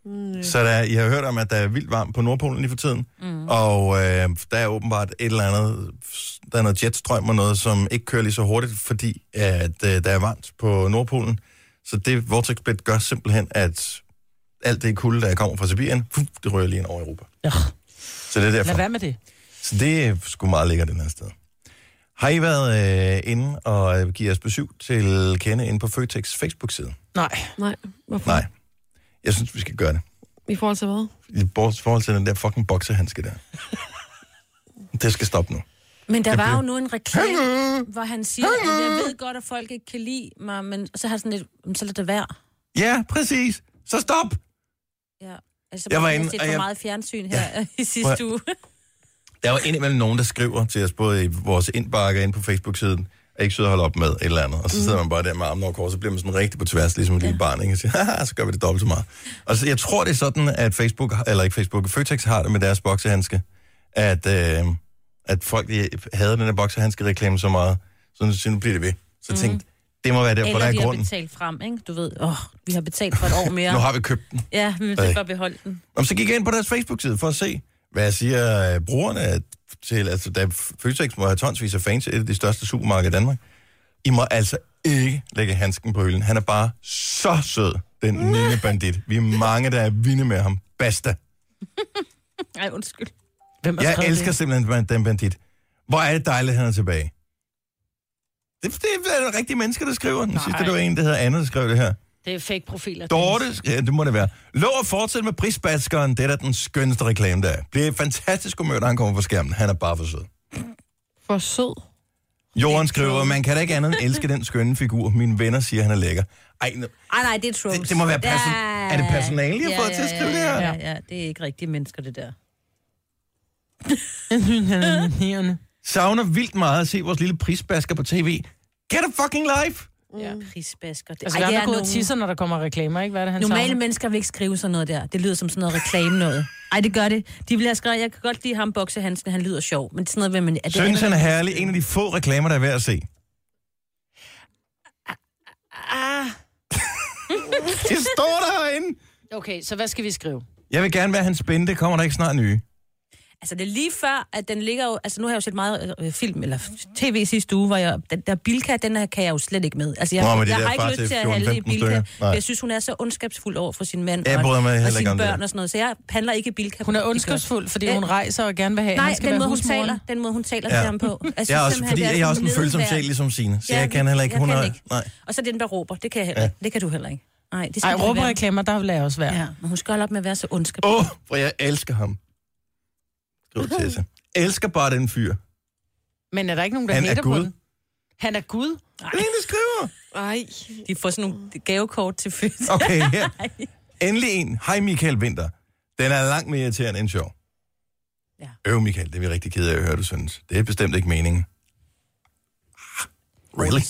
S1: Mm. Så der, I har hørt om, at der er vildt varmt på Nordpolen lige for tiden, mm. og øh, der er åbenbart et eller andet, der er noget jetstrøm og noget, som ikke kører lige så hurtigt, fordi at øh, der er varmt på Nordpolen. Så det vortex split gør simpelthen, at alt det kulde, der kommer fra Sibirien, fuh, det rører lige ind over Europa.
S4: Ja,
S1: Så det er derfor.
S4: lad være med det.
S1: Så det er sgu meget lækkert den her sted. Har I været øh, inde og øh, give jeres besøg til kende inde på Føtex Facebook-side?
S4: Nej.
S2: Nej. Hvorfor?
S1: Nej. Jeg synes, vi skal gøre det.
S2: I forhold til hvad?
S1: I bort- forhold til den der fucking boksehandske der. det skal stoppe nu.
S3: Men der
S1: Det
S3: var
S1: blev-
S3: jo nu en reklame, hvor han siger, at jeg ved godt, at folk ikke kan lide mig, men og så har han sådan lidt, "Men så lad det være.
S1: Ja, præcis. Så stop!
S3: Ja. Altså,
S1: Jeg
S3: jeg
S1: var
S3: var
S1: inde,
S3: inde, set
S1: og
S3: for
S1: jeg-
S3: meget fjernsyn her i sidste
S1: Prøv
S3: uge.
S1: Der er jo indimellem nogen, der skriver til os, både i vores indbakke og inde på Facebook-siden, at ikke søde at holde op med et eller andet. Og
S3: Mm.
S1: så sidder man bare der med armen over kors, så bliver man sådan rigtig på tværs, ligesom et lille barn, ikke? Og siger, "Haha, så gør vi det dobbelt så meget. Og så jeg tror, det er sådan, at Facebook, eller ikke Facebook, Føtex har det med deres boksehandske, at, øh, at folk de havde den der boksehandske-reklame så meget, så så nu bliver det ved. Så tænkte, det må være derfor, der
S3: Mm. Eller
S1: er
S3: de har
S1: grunden.
S3: betalt frem, ikke? Du ved, åh, vi har betalt for et år mere.
S1: Nu har vi købt den.
S3: Ja, men det
S1: Ej.
S3: er bare beholde den.
S1: Om så gik jeg ind på deres Facebook-side for at se, hvad siger øh, brugerne at- til, altså der Føtex må have tonsvis af fans, et af de største supermarkeder i Danmark. I må altså ikke lægge handsken på hylden. Han er bare så sød, den lille bandit. Vi er mange, der er vinde med ham. Basta.
S3: Nej, undskyld.
S4: Hvem har
S1: Jeg
S4: skrevet
S1: elsker simpelthen ban- den bandit. Hvor er det dejligt, at han er tilbage. Det, det er et rigtigt menneske, der skriver den. Sidste, det var en, der hedder Anna, der skrev det her.
S4: Det, det er fake profiler.
S1: Dorte, ja, det må det være. Lov at fortsætte med prisbaskeren. Det er da den skønneste reklame, der er. Det er fantastisk humør, når han kommer på skærmen. Han er bare for sød.
S2: For sød.
S1: Jorden skriver, man kan da ikke andet end elske den skønne figur. Mine venner siger, han er lækker. Ej, nu-
S3: Ej, nej, det er trolls.
S1: Det- det må være perso- er det personale, I har fået til at skrive
S3: ja,
S1: det her?
S3: Ja, ja, ja, det er ikke rigtige mennesker, det der.
S1: savner vildt meget at se vores lille prisbasker på tv. Get a fucking life!
S4: Ja.
S3: Prisbasker. Det,
S4: Altså,
S3: Ej,
S4: Ej,
S3: det
S4: er
S3: er
S4: gået og
S3: nogle...
S4: tisser, når der kommer reklamer, ikke? Hvad er det, han
S3: Normale
S4: savner?
S3: mennesker vil ikke skrive sådan noget der. Det lyder som sådan noget reklame noget. Ej, det gør det. De vil have skrevet, jeg kan godt lide ham boksehandsken, han lyder sjov. Men sådan noget vil man... Er det
S1: Synes,
S3: andet-
S1: han er herlig. En af de få reklamer, der er værd at se.
S4: Ah,
S1: Det står der herinde.
S4: okay, så hvad skal vi skrive?
S1: Jeg vil gerne være hans spændende. Kommer der ikke snart nye?
S3: Altså, det er lige før, at den ligger jo... Altså, nu har jeg jo set meget øh, film, eller tv sidste uge, hvor jeg... Den der Bilka, den her kan jeg jo slet ikke med. Altså, jeg,
S1: Nå, men det
S3: jeg
S1: der
S3: har ikke
S1: far
S3: lyst
S1: til
S3: til at
S1: 14-15
S3: handle i Bilka.
S1: stykker. Nej.
S3: Jeg synes, hun er så ondskabsfuld over for sin mand
S1: Jeg bryder mig heller
S3: og
S1: ikke
S3: sine
S1: om det
S3: børn
S1: der.
S3: og sådan noget. Så jeg handler ikke i Bilka.
S4: Hun er
S3: Det gør-
S4: ondskabsfuld, fordi hun
S3: Øh,
S4: rejser og gerne vil have, at
S3: Nej,
S4: han skal
S3: den
S4: være
S3: måde, hun
S4: husmoren.
S3: taler, den måde, hun taler
S1: Ja.
S3: til ham på. Jeg
S1: Jeg er også,
S3: simpelthen,
S1: fordi
S3: det
S1: jeg er også en
S3: sådan
S1: følsom
S3: nedværd.
S1: sjæl, ligesom sine. Så
S3: Ja,
S1: jeg kan heller ikke.
S3: jeg
S1: Hun
S3: kan
S1: er,
S3: ikke.
S1: nej.
S3: Og så den, der råber. Det kan jeg heller ikke. Det kan du heller ikke. Nej, det skal
S4: Ej,
S3: du lade være med.
S4: råberreklamer, der lader jeg også være.
S3: Ja, men hun skal holde op med at være så ondskabsfuld.
S1: Åh, oh, hvor jeg elsker ham. Skriv til Elsker bare den fyr.
S4: Men er der ikke nogen, der
S1: Han er
S4: hater på
S1: Gud.
S4: den? Han er Gud.
S1: Lene skriver.
S2: Ej.
S3: De får sådan nogle gavekort til fødsel.
S1: Okay, her. Endelig en. Hej Michael Vinter. Den er langt mere irriterende end sjov.
S3: Ja.
S1: Øv Michael, det er vi rigtig kede af at høre, du synes. Det er bestemt ikke meningen. Ah, Really?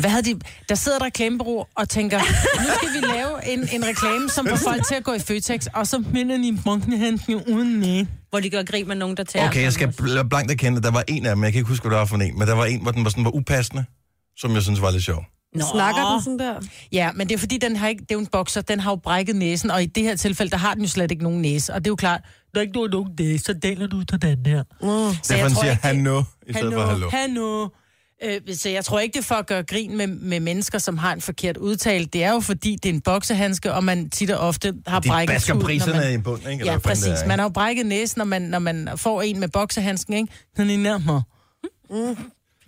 S4: Hvad havde de... Der sidder et reklamebureau og tænker, nu skal vi lave en, en reklame, som får folk til at gå i Føtex, og så minder de munkenhænden uden næ.
S3: Hvor de gør grin med nogen, der tager...
S1: Okay, jeg skal bl- blankt erkende, der var en af dem, jeg kan ikke huske, hvad der var for en, men der var en, hvor den var sådan var upassende, som jeg synes var lidt sjov.
S3: Nå.
S2: Snakker den sådan der?
S4: Ja, men det er fordi, den har ikke, det er jo en bokser, den har jo brækket næsen, og i det her tilfælde, der har den jo slet ikke nogen næse. Og det er jo klart, der er ikke nogen, nogen næse, så deler du til den her.
S2: Mm.
S4: Så
S1: Derfor den siger
S4: ikke, det-
S1: han i stedet for hallo.
S4: Hanno, Hanno. Øh, så jeg tror ikke, det er for at gøre grin med, med mennesker, som har en forkert udtale. Det er jo fordi, det er en boksehandske, og man tit og ofte har
S1: De
S4: brækket
S1: basker
S4: skud, når
S1: priserne
S4: man-
S1: i bunden, ikke? Eller
S4: Ja,
S1: hvad fanden det er,
S4: præcis.
S1: ikke?
S4: Man har jo brækket næsen, når man, når man får en med boksehandsken, ikke? Den er nærmere.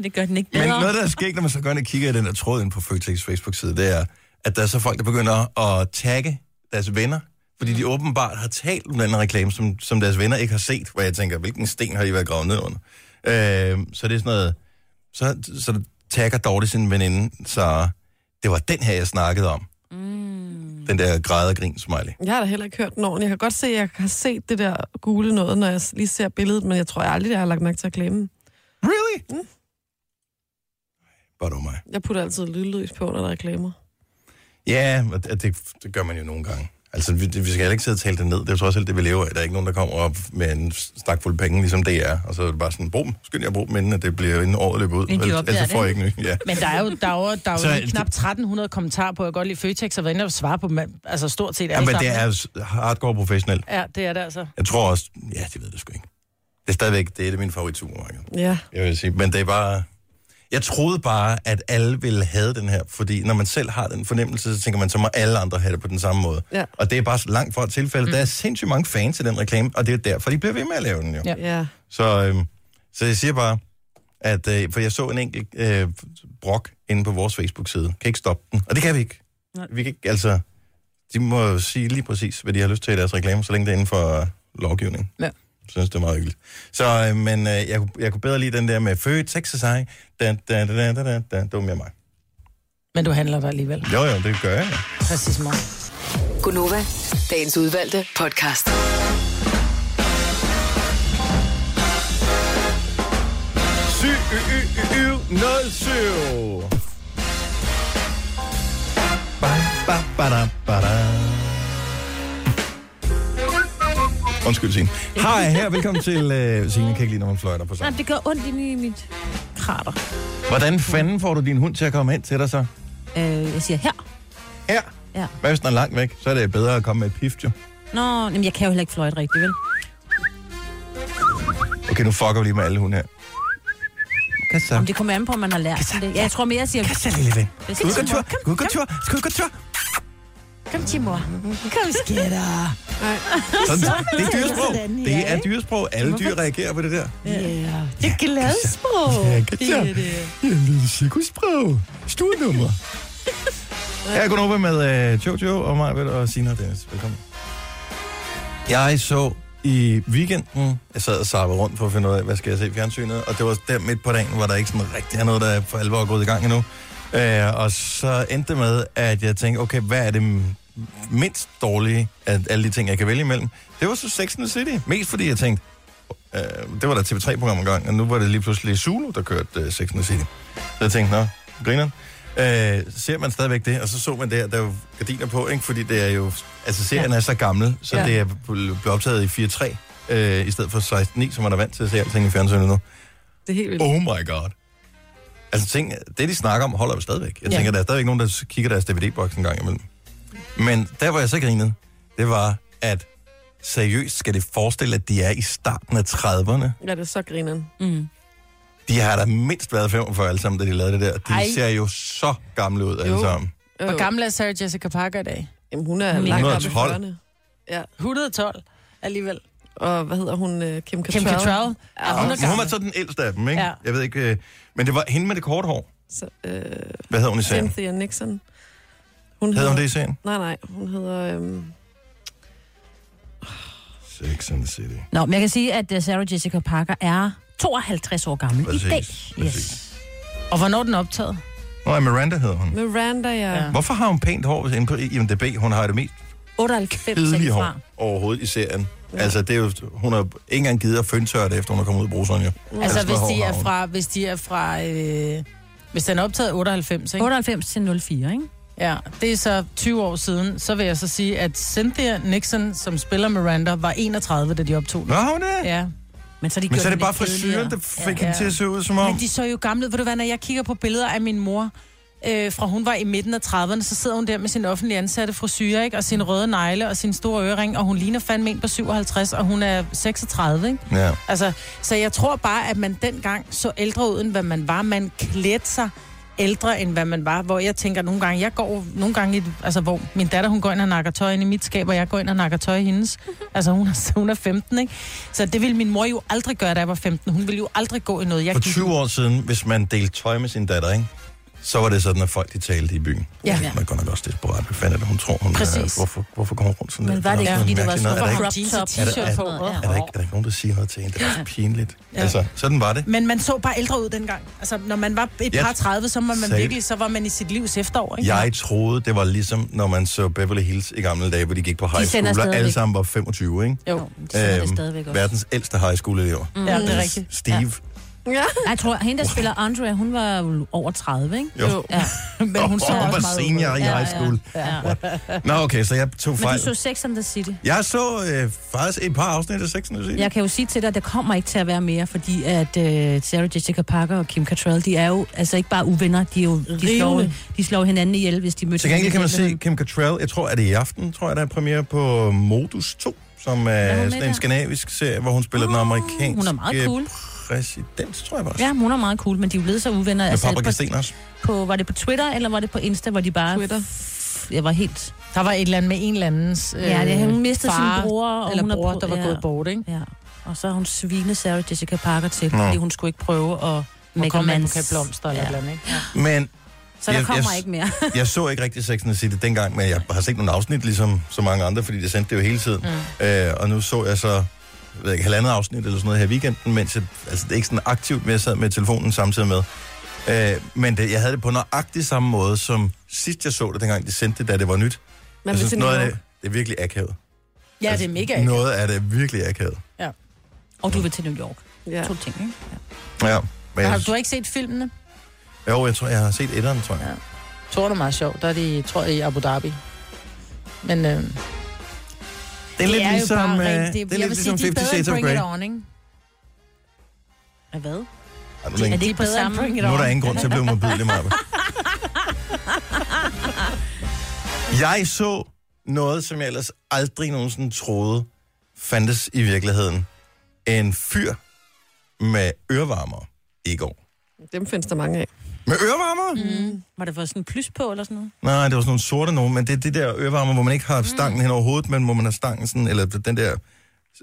S3: Det gør den ikke
S1: Men
S3: bedre.
S1: noget, der er sket, når man så går ind og kigger i den der tråd ind på Føtex Facebook-side, det er, at der er så folk, der begynder at tagge deres venner, fordi de åbenbart har talt om den her reklame, som, som deres venner ikke har set, hvor jeg tænker, hvilken sten har I været gravet ned under? Øh, så det er sådan noget, så, så tagger Dorte sin veninde, så det var den her, jeg snakkede om. Mm. Den der grædegrin smiley.
S2: Jeg har da heller ikke hørt den ordentligt. Jeg kan godt se, at jeg har set det der gule noget, når jeg lige ser billedet, men jeg tror jeg aldrig, jeg har lagt mærke til at glemme.
S1: Really? Mm. Bare du mig.
S2: Jeg putter altid lydløs på, når der er reklamer.
S1: Ja, og det, det, det gør man jo nogle gange. Altså, vi, vi skal heller ikke sidde og tale det ned. Det er jo trods alt det, vi lever af. Der er ikke nogen, der kommer op med en stak fuld penge, ligesom det er. Og så er det bare sådan, brug dem. Skynd jer at bruge dem, inden at det bliver inden året løber ud.
S3: Inden de
S1: Ellers-
S3: opdager
S1: ellers så får jeg
S3: det.
S1: ikke ny. Ja.
S4: Men der er jo, der er jo, der er jo
S1: Så
S4: lige
S1: er det-
S4: knap 1300 kommentarer på, at jeg godt lide Føtex og været inde og svare på dem, altså stort set
S1: ja,
S4: alle
S1: men det
S4: sammen.
S1: er jo s- hardcore professionelt.
S4: Ja, det er det altså.
S1: Jeg tror også, ja, det ved jeg sgu ikke. Det er stadigvæk, det er det min favorit supermarked.
S2: Ja.
S1: Jeg vil sige, men det er bare... Jeg troede bare, at alle ville have den her, fordi når man selv har den fornemmelse, så tænker man, så må alle andre have det på den samme måde.
S2: Ja.
S1: Og det er bare så langt fra et tilfælde. Mm. Der er sindssygt mange fans i den reklame, og det er derfor, de bliver ved med at lave den jo.
S4: Ja.
S2: Ja.
S1: Så, øhm, så jeg siger bare, at, øh, for jeg så en enkelt øh, brok inde på vores Facebook-side. Kan ikke stoppe den. Og det kan vi ikke.
S3: Nej.
S1: Vi kan ikke, altså, de må jo sige lige præcis, hvad de har lyst til i deres reklame, så længe det er inden for øh, lovgivning.
S4: Ja.
S1: Jeg synes, det er meget hyggeligt. Så, øh, men øh, jeg, kunne- jeg kunne bedre lide den der med Føtex og sig. Da, da, da, da, da, da, da. Det var mere mig.
S4: Men du handler der alligevel.
S1: Jo, jo, det gør jeg. ja.
S4: Præcis mig.
S7: Gunova, dagens udvalgte podcast.
S1: Sy- y- y- y- y- 07. Ba, ba, ba, da, ba, da. Undskyld, Signe. Hej, her. Velkommen til uh, Signe. Jeg kan ikke lide, når man fløjter på
S3: Nej,
S1: sig.
S3: det gør ondt inde i mit krater.
S1: Hvordan fanden får du din hund til at komme hen til dig så?
S3: Øh, jeg siger her.
S1: Her.
S3: Ja.
S1: Hvad hvis den er langt væk? Så er det bedre at komme med et pift, jo.
S3: Nå, jamen, jeg kan jo heller ikke fløjte rigtigt, vel?
S1: Okay, nu fucker vi lige med alle hunde her. Kan så.
S3: Om det kommer an på, om man har lært det. Ja, jeg tror mere, jeg siger...
S1: Kan så, lille ven. Skal
S3: Jeg siger
S1: vi gå
S3: til
S1: tur?
S3: mor.
S1: Skal vi gå tur? Skal vi gå tur?
S3: Kom til mor. Kom, skatter.
S1: Sådan, det er dyresprog. Det er dyresprog. Alle dyr reagerer på det der.
S4: Ja, det er gladsprog.
S1: Ja, kan jeg. Det er en lille cirkusprøve. Stuenummer. Jeg er gået over med øh, Jojo og mig, og Sina og Dennis. Velkommen. Jeg så i weekenden, jeg sad og sappede rundt for at finde ud af, hvad skal jeg se i fjernsynet, og det var der midt på dagen, hvor der ikke sådan rigtig er noget, der er for alvor gået i gang endnu. Øh, og så endte det med, at jeg tænkte, okay, hvad er det m- mindst dårlige af alle de ting, jeg kan vælge imellem? Det var så Sex and the City. Mest fordi jeg tænkte, øh, det var der TV3-program engang, og nu var det lige pludselig Zulu, der kørte øh, Sex and the City. Så jeg tænkte, nå, griner. Øh, ser man stadigvæk det, og så så man der, der er jo gardiner på, ikke? fordi det er jo, altså serien ja. er så gammel, så ja.
S4: Ja.
S1: det er blevet optaget i 4-3, øh, i stedet for 16-9, som man er vant til at se alting i fjernsynet nu.
S2: Det er helt vildt.
S1: Oh my god. Altså ting, det de snakker om, holder jo stadigvæk. Jeg
S4: Ja.
S1: tænker, der er stadigvæk nogen, der kigger deres DVD-boks en gang imellem. Men der, hvor jeg så grinede, det var, at seriøst skal det forestille, at de er i starten af 30'erne.
S2: Ja, det er så grineren.
S3: Mm.
S1: De har da mindst været 45 alle sammen, da de lavede det der. De
S4: Ej.
S1: ser jo så gamle ud alle
S2: Jo.
S1: sammen.
S4: Hvor gammel er Sarah Jessica Parker i dag?
S2: Jamen, hun er
S3: Hun er
S2: langt op i
S1: 112.
S2: 40'erne. Ja,
S4: 112 alligevel.
S2: og hvad hedder hun? øh, Kim Cattrall.
S4: Kim Cattrall.
S2: Ja,
S1: Hun
S4: hun
S1: er,
S4: er
S1: hun er
S4: gammel.
S1: så den ældste af dem, ikke? Ja.
S4: Ja.
S1: Jeg ved ikke... øh, Men det var hende med det korte hår.
S2: Så, øh,
S1: Hvad hedder hun i serien?
S2: Cynthia Nixon. Hun
S1: Hedder hun det i serien?
S2: Nej, nej. Hun hedder... Øhm,
S1: Sex and the City.
S3: Nå, men jeg kan sige, at øh, Sarah Jessica Parker er 52 år gammel
S1: Præcis,
S3: i dag.
S1: præcis.
S4: Og hvornår er den optaget?
S1: Nå, ja, Miranda hedder hun.
S2: Miranda, ja. ja.
S4: Ja.
S1: Hvorfor har hun pænt hår inde på IMDB? Hun har det mest
S3: 98
S1: kedelige
S3: cent
S1: hår
S3: fra.
S1: overhovedet i serien. Ja. Altså, det er jo, hun har ikke engang givet at føntørre det, efter hun er kommet ud af bruseren, jo.
S4: Altså,
S1: Ellers
S4: hvis
S1: noget hår
S4: de
S1: har
S4: er
S1: hun.
S4: fra... Hvis, de er fra øh, hvis den er optaget i 98, ikke?
S3: 98 til 04, ikke?
S4: Ja, det er så 20 år siden. Så vil jeg så sige, at Cynthia Nixon, som spiller Miranda, var 31, da de optog den.
S1: Nå, har hun det?
S4: Ja.
S3: Men så, er de
S1: Men
S3: gjort
S1: så er
S3: den
S1: det bare
S3: lidt kedeligere.
S1: frisyren, der fik ja, ja.
S4: Ja.
S1: hende til at se ud som om...
S4: Men de så jo gamle ud. Ved du hvad, når jeg kigger på billeder af min mor, øh, fra hun var i midten af 30'erne, så sidder hun der med sin offentlig ansatte frisyr, ikke? Og sin røde negle og sin store ørering, og hun ligner fandme en på 57, og hun er 36, ikke?
S1: Ja.
S4: Altså, så jeg tror bare, at man dengang så ældre ud, end hvad man var. Man klædte sig ældre, end hvad man var. Hvor jeg tænker nogle gange, jeg går nogle gange, i, et- altså hvor min datter, hun går ind og nakker tøj ind i mit skab, og jeg går ind og nakker tøj i hendes. Altså hun er, hun er 15, ikke? Så det ville min mor jo aldrig gøre, da jeg var 15. Hun ville jo aldrig gå i noget. Jeg
S1: For
S4: gik-
S1: 20 år siden, hvis man delte tøj med sin datter, ikke? så var det sådan, at folk de talte i byen.
S4: Ja.
S1: Man kan godt nok også det spørge, hvad fanden er det, hun tror, hun
S4: Præcis.
S1: Er, hvorfor, hvorfor går hun rundt sådan
S3: Men var det ikke, fordi det var
S1: sådan
S3: sådan
S1: noget?
S3: en
S1: mærkeligt
S3: crop
S1: noget?
S4: ikke-
S3: top
S4: Er
S1: der-
S3: t-shirt
S1: er-
S3: og sådan noget?
S1: Er der, ikke, er, der ikke, er der ikke nogen, der siger noget til hende? Det er så pinligt. Ja. Altså, sådan var det.
S4: Men man så bare ældre ud dengang. Altså, når man var et
S1: Jeg
S4: par 30, så var man
S1: sagde-
S4: virkelig, så var man i sit livs efterår, ikke?
S1: Jeg troede, det var ligesom, når man så Beverly Hills i gamle dage, hvor de gik på high
S3: sender
S1: school, og alle
S3: stadigvæk.
S1: sammen var 25, ikke? Øhm,
S4: Jo.
S3: De sender det stadigvæk også.
S1: verdens ældste high school-elever. Mm.
S4: Ja, det er rigtigt.
S1: Steve.
S2: ja.
S3: Jeg tror, at hende, der spiller Andrea, hun var jo over 30, ikke?
S1: Jo. jo.
S3: Ja.
S4: Men hun så
S1: Åh,
S4: også
S1: var
S4: meget ud.
S1: senior i high
S3: Ja, ja,
S1: school.
S3: ja.
S1: Nå, okay, så jeg tog
S3: Men
S1: fejl.
S3: du så Sex and the City.
S1: Jeg så øh, faktisk et par afsnit af Sex and the City.
S3: Jeg kan jo sige til dig, at der kommer ikke til at være mere, fordi at øh, Sarah Jessica Parker og Kim Cattrall, de er jo altså ikke bare uvenner, de, er jo, de, slår,
S2: Rivende.
S3: de slår hinanden ihjel, hvis de mødte
S1: Til gengæld kan man se
S3: hinanden.
S1: Kim Cattrall, jeg tror, at det er i aften, tror jeg, der er premiere på Modus 2, som
S3: er
S1: er
S3: hun
S1: sådan
S3: med
S1: en
S3: der?
S1: skandinavisk serie, hvor hun spiller den
S3: Uh,
S1: amerikanske
S3: hun er meget cool.
S1: præsident, tror jeg faktisk.
S3: Ja, altså, hun er meget cool, men de er jo blevet så uvenner.
S1: Med Paprika
S3: på,
S1: Sten også.
S3: på, var det på Twitter, eller var det på Insta, hvor de bare...
S2: Twitter.
S3: Jeg var helt...
S4: Der var et eller andet med en eller andens øh,
S3: Ja, det, hun mistede
S4: far,
S3: sin bror, og
S4: eller
S3: hun er
S4: bror,
S3: på-
S4: der var
S3: ja.
S4: gået bort, ikke?
S3: Ja. Og så har hun svinet Sarah Jessica Parker til,
S1: Nå.
S3: fordi hun skulle ikke prøve at
S4: Hun
S3: make
S4: kom med en
S3: amends.
S4: buket blomster eller
S3: Ja.
S4: ja. et eller andet, ikke?
S1: Men
S3: Så der
S1: Jeg-
S3: kommer
S1: jeg-
S3: ikke mere.
S1: jeg så ikke rigtig Sex and the City dengang, men jeg har set nogle afsnit, ligesom så mange andre, fordi det sendte det jo hele tiden. Mm. Øh, og nu så jeg så jeg ved ikke, halvandet afsnit eller sådan noget her i weekenden, mens jeg, altså, det er ikke sådan aktivt, men jeg sad med telefonen samtidig med. Øh, men det, jeg havde det på nøjagtig samme måde, som sidst jeg så det, dengang de sendte det, da det var nyt.
S2: Man
S1: jeg
S2: vil
S1: synes,
S2: til
S1: noget
S2: New
S1: af
S2: York.
S1: det, det er virkelig akavet.
S4: Ja, det er mega ikke?
S1: Noget af det er virkelig akavet.
S3: Og du vil til New York.
S2: Ja.
S3: To ting, ikke? Ja.
S1: Ja. Men
S4: Har
S1: jeg,
S4: du, du har ikke set filmene?
S1: jo, jeg tror, jeg har set etteren, tror jeg.
S4: Ja. Tror det er meget sjovt. Der er de, tror jeg, i Abu Dhabi. Men øh, det er,
S1: Det er lidt
S4: jo
S1: ligesom,
S4: bare
S1: øh,
S4: rent-
S1: det er lidt ligesom
S4: de er
S1: 50
S4: bedre end
S1: Shades of
S4: Bring
S1: Grey.
S4: It On, ikke?
S3: Hvad?
S1: Ej, nu er der ingen-
S3: det
S4: De er
S3: ikke på
S4: bedre end
S3: samme-
S4: Bring It
S1: Nu er der
S4: On.
S1: ingen grund til at blive modbydelig, Maja. Jeg så noget, som jeg ellers aldrig nogensinde troede fandtes i virkeligheden. En fyr med ørevarmer i går.
S2: Dem findes der mange af.
S1: Med ørevarmer? Mm.
S3: Var det for sådan en plys på, eller sådan noget?
S1: Nej, det var sådan nogle sorte nogen, men det er det der ørevarmer, hvor man ikke
S4: Mm.
S1: har stangen hen over hovedet, men hvor man har stangen sådan, eller den der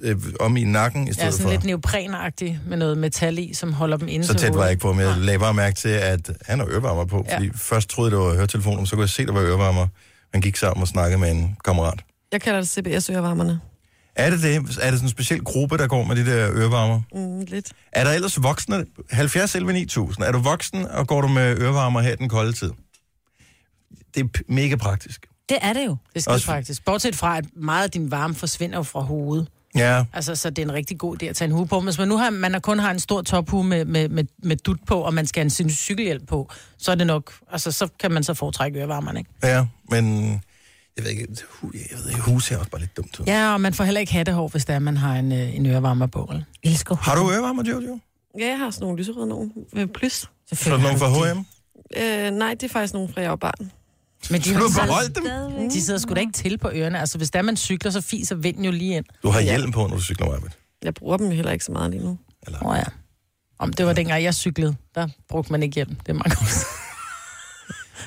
S1: øh, om i nakken i stedet
S4: Ja, sådan
S1: for.
S4: lidt neoprenagtig med noget metal i, som holder dem inde
S1: Så tæt var jeg
S4: hovedet.
S1: ikke på, men jeg lagde bare mærke til, at han har ørevarmer på.
S4: Ja.
S1: Fordi først troede jeg, det var høretelefoner, men så kunne jeg se, der var ørevarmer. Man gik sammen og snakkede med en kammerat.
S2: Jeg kalder det CBS-ørevarmerne.
S1: Er det det? Er det sådan en speciel gruppe, der går med de der ørevarmer?
S2: Mm, lidt.
S1: Er der ellers voksne? 70 11 9000. Er du voksen, og går du med ørevarmer her i den kolde tid? Det er p- mega praktisk.
S3: Det er det jo.
S4: Det skal
S1: Også-
S4: faktisk. Bortset fra, at meget af din varme forsvinder jo fra hovedet.
S1: Ja,
S4: Altså, så det er en rigtig god idé at tage en hue på. Men hvis man nu har, man har kun har en stor tophue med, med, med, med dut på, og man skal have en sin cykelhjelm på, så er det nok, altså, så kan man så foretrække ørevarmerne, ikke?
S1: ja, men... Jeg ved ikke, hu- jeg ved ikke hus ser også bare lidt dumt ud. Ja.
S4: Ja, og man får heller ikke hattehår, hvis det er, man har en, øh, en ørevarmer på, eller?
S3: Jeg elsker
S1: Har du ørevarmer, Jojo?
S2: Ja, jeg har sådan nogle lyserøde nogen. Øh, Plus.
S1: Så er der nogen fra H&M?
S2: Øh, nej, det er faktisk nogle fra jeg var barn.
S4: Men de,
S1: Har du
S4: de,
S1: beholdt dem?
S4: de sidder sgu da ikke til på ørerne. Altså, hvis der man cykler, så fiser vinden jo lige ind.
S1: Du har hjelm på, når du cykler arbejde.
S2: Jeg bruger dem heller ikke så meget lige nu.
S1: Eller...
S4: Åh oh, ja. Om det var dengang, jeg cyklede, der brugte man ikke hjelm. Det er mange år siden.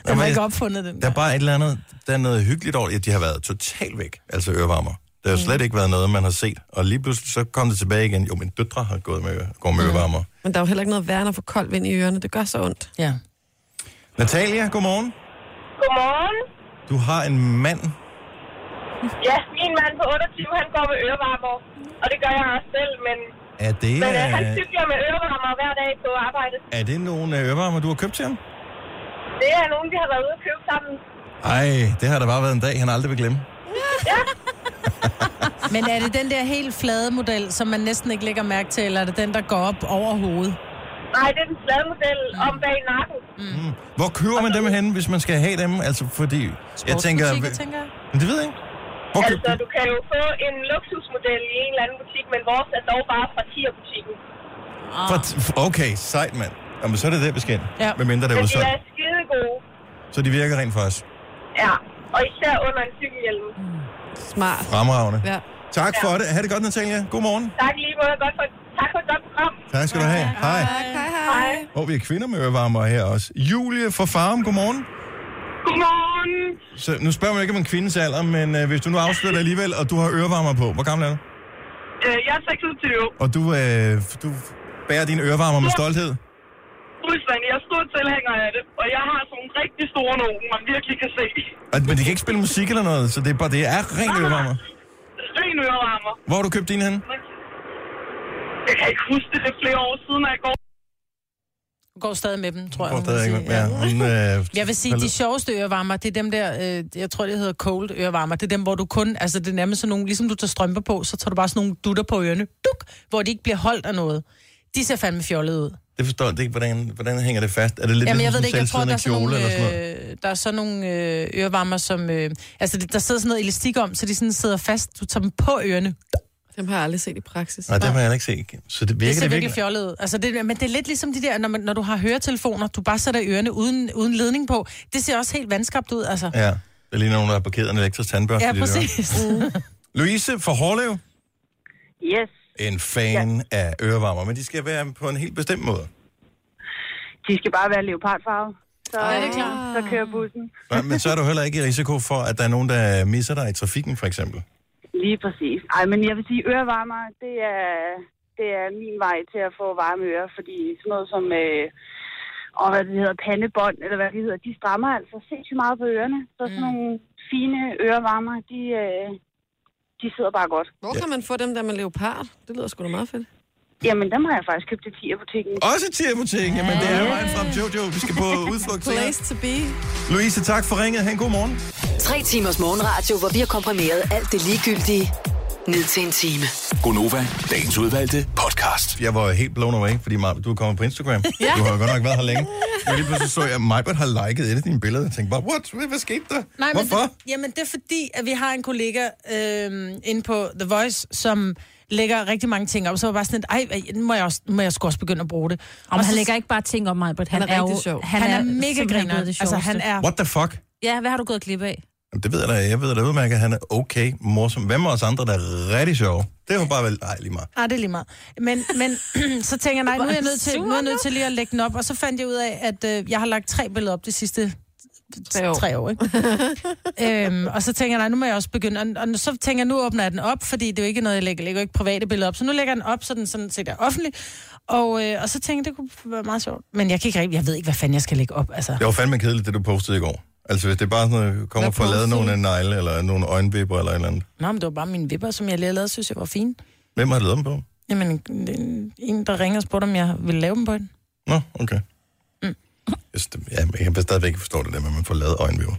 S4: Den var
S1: jeg-
S4: ikke opfundet, den
S1: Der
S4: der.
S1: er bare et eller andet, der er noget hyggeligt over, det, at de har været totalt væk, altså ørevarmer. Det har jo slet ikke været noget, man har set. Og lige pludselig så kom det tilbage igen. Jo, men døtre har gået med, øre- går med ørevarmer.
S2: Men der er jo heller ikke noget værre, når for koldt vind i ørerne. Det gør så ondt.
S4: Ja.
S1: Natalia, godmorgen.
S9: Godmorgen.
S1: Du har en mand.
S9: Ja, min mand på 28, han går med ørevarmer. Og det gør jeg også selv, men
S1: Er det,
S9: Men øh, han
S1: øh,
S9: cykler med ørevarmer hver dag på arbejde.
S1: er det nogle øh, ørevarmer, du har købt til ham?
S9: Det er nogen, vi har været ude og købe sammen.
S1: Ej, det har da bare været en dag, han aldrig vil glemme.
S4: Men er det den der helt flade model, som man næsten ikke lægger mærke til, eller er det den, der går op over hovedet?
S9: Nej, det er den flade model om bag nakken.
S1: Hvor køber man dem hen, hvis man skal have dem? Altså, fordi... Jeg tænker...
S4: Sportsbutikker, tænker jeg.
S1: Men det ved jeg ikke. Hvor køb...
S9: Altså, du kan jo få en luksusmodel i en eller anden butik, men vores er dog bare fra Tier-butikken.
S1: for, okay, sejt, mand. Jamen, så er det der, vi skal ind.
S4: Ja.
S1: Med mindre det er
S9: Men de
S1: udsolgt.
S9: er skide gode.
S1: Så de virker rent for os.
S9: Ja, og især under en cykelhjelm.
S2: Smart.
S1: Fremragende.
S2: Ja.
S1: Tak for det. Ha' det godt, Natalia. God morgen.
S9: Tak lige måde. Godt for, tak for et godt program.
S1: Tak skal du have. Hej.
S2: Hej, hej.
S1: Og vi er kvinder med ørevarmer her også. Julie fra Farum, godmorgen.
S9: Godmorgen.
S1: Så nu spørger man ikke om en kvindes alder, men øh, hvis du nu afslører dig alligevel, og du har ørevarmer på, hvor gammel er du?
S9: Øh, jeg er 26.
S1: Og du, øh, du bærer dine ørevarmer med stolthed?
S9: Fuldstændig. Jeg er stor tilhænger af det, og jeg har sådan nogle rigtig store nogen, man virkelig kan se.
S1: Og, men de kan ikke spille musik eller noget, så det er bare det er rent ørevarmer.
S9: Ren ørevarmer.
S1: Hvor har du købt dine hen?
S9: Jeg kan ikke huske det, det er flere år siden, at jeg går.
S4: Du går stadig med dem, tror jeg.
S1: Hvor
S4: hun
S1: stadig
S4: vil
S1: ikke,
S4: sige.
S1: ja, hun, øh,
S4: Jeg vil sige,
S1: falder-
S4: de sjoveste ørevarmer, det er dem der, øh, jeg tror, det hedder cold ørevarmer. Det er dem, hvor du kun, altså det er nærmest sådan nogle, ligesom du tager strømper på, så tager du bare sådan nogle dutter på ørerne, duk, hvor de ikke bliver holdt af noget. De ser fandme fjollede ud.
S1: Det forstår jeg ikke, hvordan, hvordan hænger det fast? Er det lidt
S4: Jamen, jeg
S1: ligesom
S4: ved det ikke, jeg tror, der er sådan
S1: kjole
S4: nogle,
S1: eller sådan noget?
S4: øh, der er sådan nogle øh, ørevarmer, som, øh, altså det- der sidder sådan noget elastik om, så de sådan sidder fast, du tager dem på ørerne.
S2: Dem har jeg aldrig set i praksis.
S1: Nej, det har jeg heller ikke set. Så det virker
S4: Det ser
S1: det
S4: virkelig fjollet ud. Altså det, men det er lidt ligesom de der, når, man, når du har høretelefoner, du bare sætter ørerne uden, uden ledning på. Det ser også helt vandskabt ud, altså.
S1: Ja, det ligner nogen, der har parkeret en elektrisk tandbørste.
S4: Ja,
S1: i dit øre.
S4: præcis.
S1: Louise fra Hårlev,
S9: Yes,
S1: en fan ja. af ørevarmer, men de skal være på en helt bestemt måde.
S9: de skal bare være leopardfarve. Så,
S2: Ja, det er klart.
S9: så kører bussen.
S1: Så- Men så er du heller ikke i risiko for, at der er nogen, der misser dig i trafikken, for eksempel.
S9: Lige præcis. Ej, men jeg vil sige, ørevarmer, det er, det er min vej til at få varme ører, fordi sådan noget som, øh, og hvad det hedder, pandebånd, eller hvad det hedder, de strammer altså sindssygt meget på ørerne. Så
S2: Mm.
S9: sådan nogle fine ørevarmer, de, øh, de sidder bare godt.
S2: Hvor kan man få dem der med leopard? Det lyder sgu da meget fedt.
S9: Jamen, dem har jeg faktisk købt i Tia-butikken.
S1: Også til butikken, men det er jo vejen frem, Jojo. Vi skal på udflugt senere.
S2: Place to be.
S1: Louise, tak for ringet. Ha' en god morgen.
S7: Tre timers morgenradio, hvor vi har komprimeret alt det ligegyldige ned til en time.
S8: Gonova, dagens udvalgte podcast.
S1: Jeg var helt blown away, fordi Maj, du er kommet på Instagram. ja. Du har jo godt nok været her længe. Men lige pludselig så jeg, at Majbert har liket et af dine billeder. Jeg tænkte bare, what? Hvad hvad skete der?
S4: Nej, men
S1: Hvorfor?
S4: det, jamen, det er fordi, at vi har en kollega øh, inde på The Voice, som lægger rigtig mange ting op. Så var jeg bare sådan, et, ej, nu må jeg, også, må jeg sgu også begynde at bruge det.
S3: Om
S4: Og
S3: han
S4: så-
S3: lægger ikke bare ting om mig, but han,
S2: Han er
S3: er,
S2: rigtig
S3: jo,
S2: sjov.
S4: Han, er, mega
S3: simpelthen
S4: griner.
S3: noget af det
S4: Altså, han
S3: sjoveste.
S4: er...
S1: What the fuck?
S3: Ja, hvad har du gået glip af?
S1: Jamen, det ved jeg da. Jeg ved da udmærket, at han er okay morsom. Hvem af os andre, der er rigtig sjov? Det var bare vel... Ej, lige meget.
S4: Nej, Ah, det er lige meget. Men, men så tænker jeg, nej, nu er jeg, nødt til, nu er jeg nødt til lige at lægge den op. Og så fandt jeg ud af, at øh, jeg har lagt tre billeder op de sidste
S2: Tre år.
S4: tre år. Ikke? øhm, og så tænker jeg, nej, nu må jeg også begynde. Og, og så tænker jeg, nu åbner jeg den op, fordi det er jo ikke noget, jeg lægger, Jeg lægger jo ikke private billeder op. Så nu lægger jeg den op, så den sådan set er offentlig. Og, øh, og så tænker jeg, det kunne være meget sjovt. Men jeg, kan ikke, rigtig- jeg ved ikke, hvad fanden jeg skal lægge op. Altså.
S1: Det var fandme kedeligt, det du postede i går. Altså, hvis det er bare sådan noget, kommer
S2: Hvad
S1: for at lave
S2: postede
S1: nogle negle, eller nogle øjenvipper, eller et eller andet.
S4: Nå, men det var bare mine vipper, som jeg lige lavede, synes jeg var fine.
S1: Hvem har lavet dem på?
S4: Jamen, en- en, der ringer og spurgte, om jeg ville lave dem på den.
S1: Nå, okay. Mm. Jeg, st- ja, men jeg kan stadigvæk ikke forstå det der med, at man får lavet øjenvipper.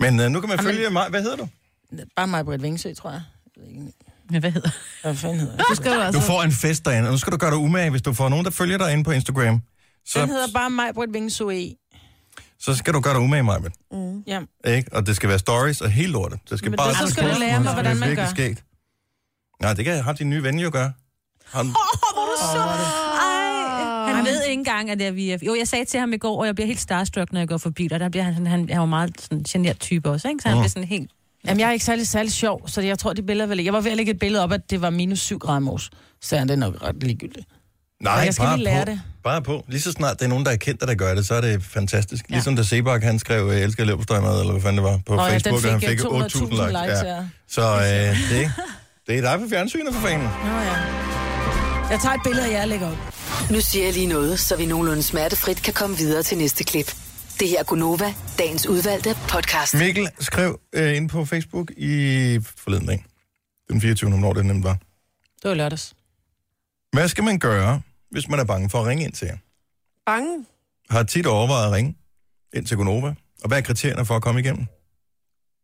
S1: Men uh, nu kan man følge mig. Hvad hedder du?
S4: Bare mig, Britt Vingsø, tror jeg. Jeg ved ikke,
S3: Ja, Hvad hedder
S4: Hvad fanden hedder
S2: Du skal du
S1: Du
S2: altså...
S1: får en fest derinde, og nu skal du gøre dig umage, hvis du får nogen, der følger dig inde på Instagram. Så,
S4: Den hedder bare mig, Britt Vingsøe.
S1: så skal du gøre dig umage, Majbet.
S4: Ja.
S1: Ikke? Og det skal være stories og helt lortet. Det skal
S4: Men
S1: bare
S4: det- så skal du lære mig, hvordan man gør.
S1: Skægt. Nej, det kan jeg have din nye ven jo gøre. Han,
S3: Han ved ikke engang, at det er VF. Jo, jeg sagde til ham i går, og jeg bliver helt starstruck, når jeg går forbi dig. Der bliver han, han, han er jo meget sådan genert type også, ikke? Så han bliver sådan helt...
S4: Jamen, jeg er ikke særlig, særlig sjov, så jeg tror, de billeder vil... Jeg var ved at lægge et billede op, at det var minus 7 grader mos. Så han, det er nok ret ligegyldigt.
S1: nej,
S4: jeg skal
S1: bare
S4: lige lære
S1: på.
S4: det.
S1: Bare på. Lige så snart det er nogen, der er kendt, der gør det, så er det fantastisk. Ja. Ligesom da Sebak, han skrev, jeg elsker løbstøjmad, eller hvad fanden det var, på
S4: Nå ja, den
S1: Facebook, og han
S4: fik, øh,
S1: fik 8.000 likes.
S4: 200.000 likes, ja.
S1: Så øh, det, det er dig på fjernsynet for fanden.
S4: Nå ja. Jeg tager et billede af jer og lægger op.
S7: Nu siger jeg lige noget, så vi nogenlunde smertefrit kan komme videre til næste klip. Det her er Gunova, dagens udvalgte podcast.
S1: Mikkel skrev øh, ind på Facebook i forleden dag. Den 24. om når det nemt var.
S4: Det var i lørdags.
S1: Hvad skal man gøre, hvis man er bange for at ringe ind til jer?
S2: Bange?
S1: Har tit overvejet at ringe ind til Gonova? Og hvad er kriterierne for at komme igennem?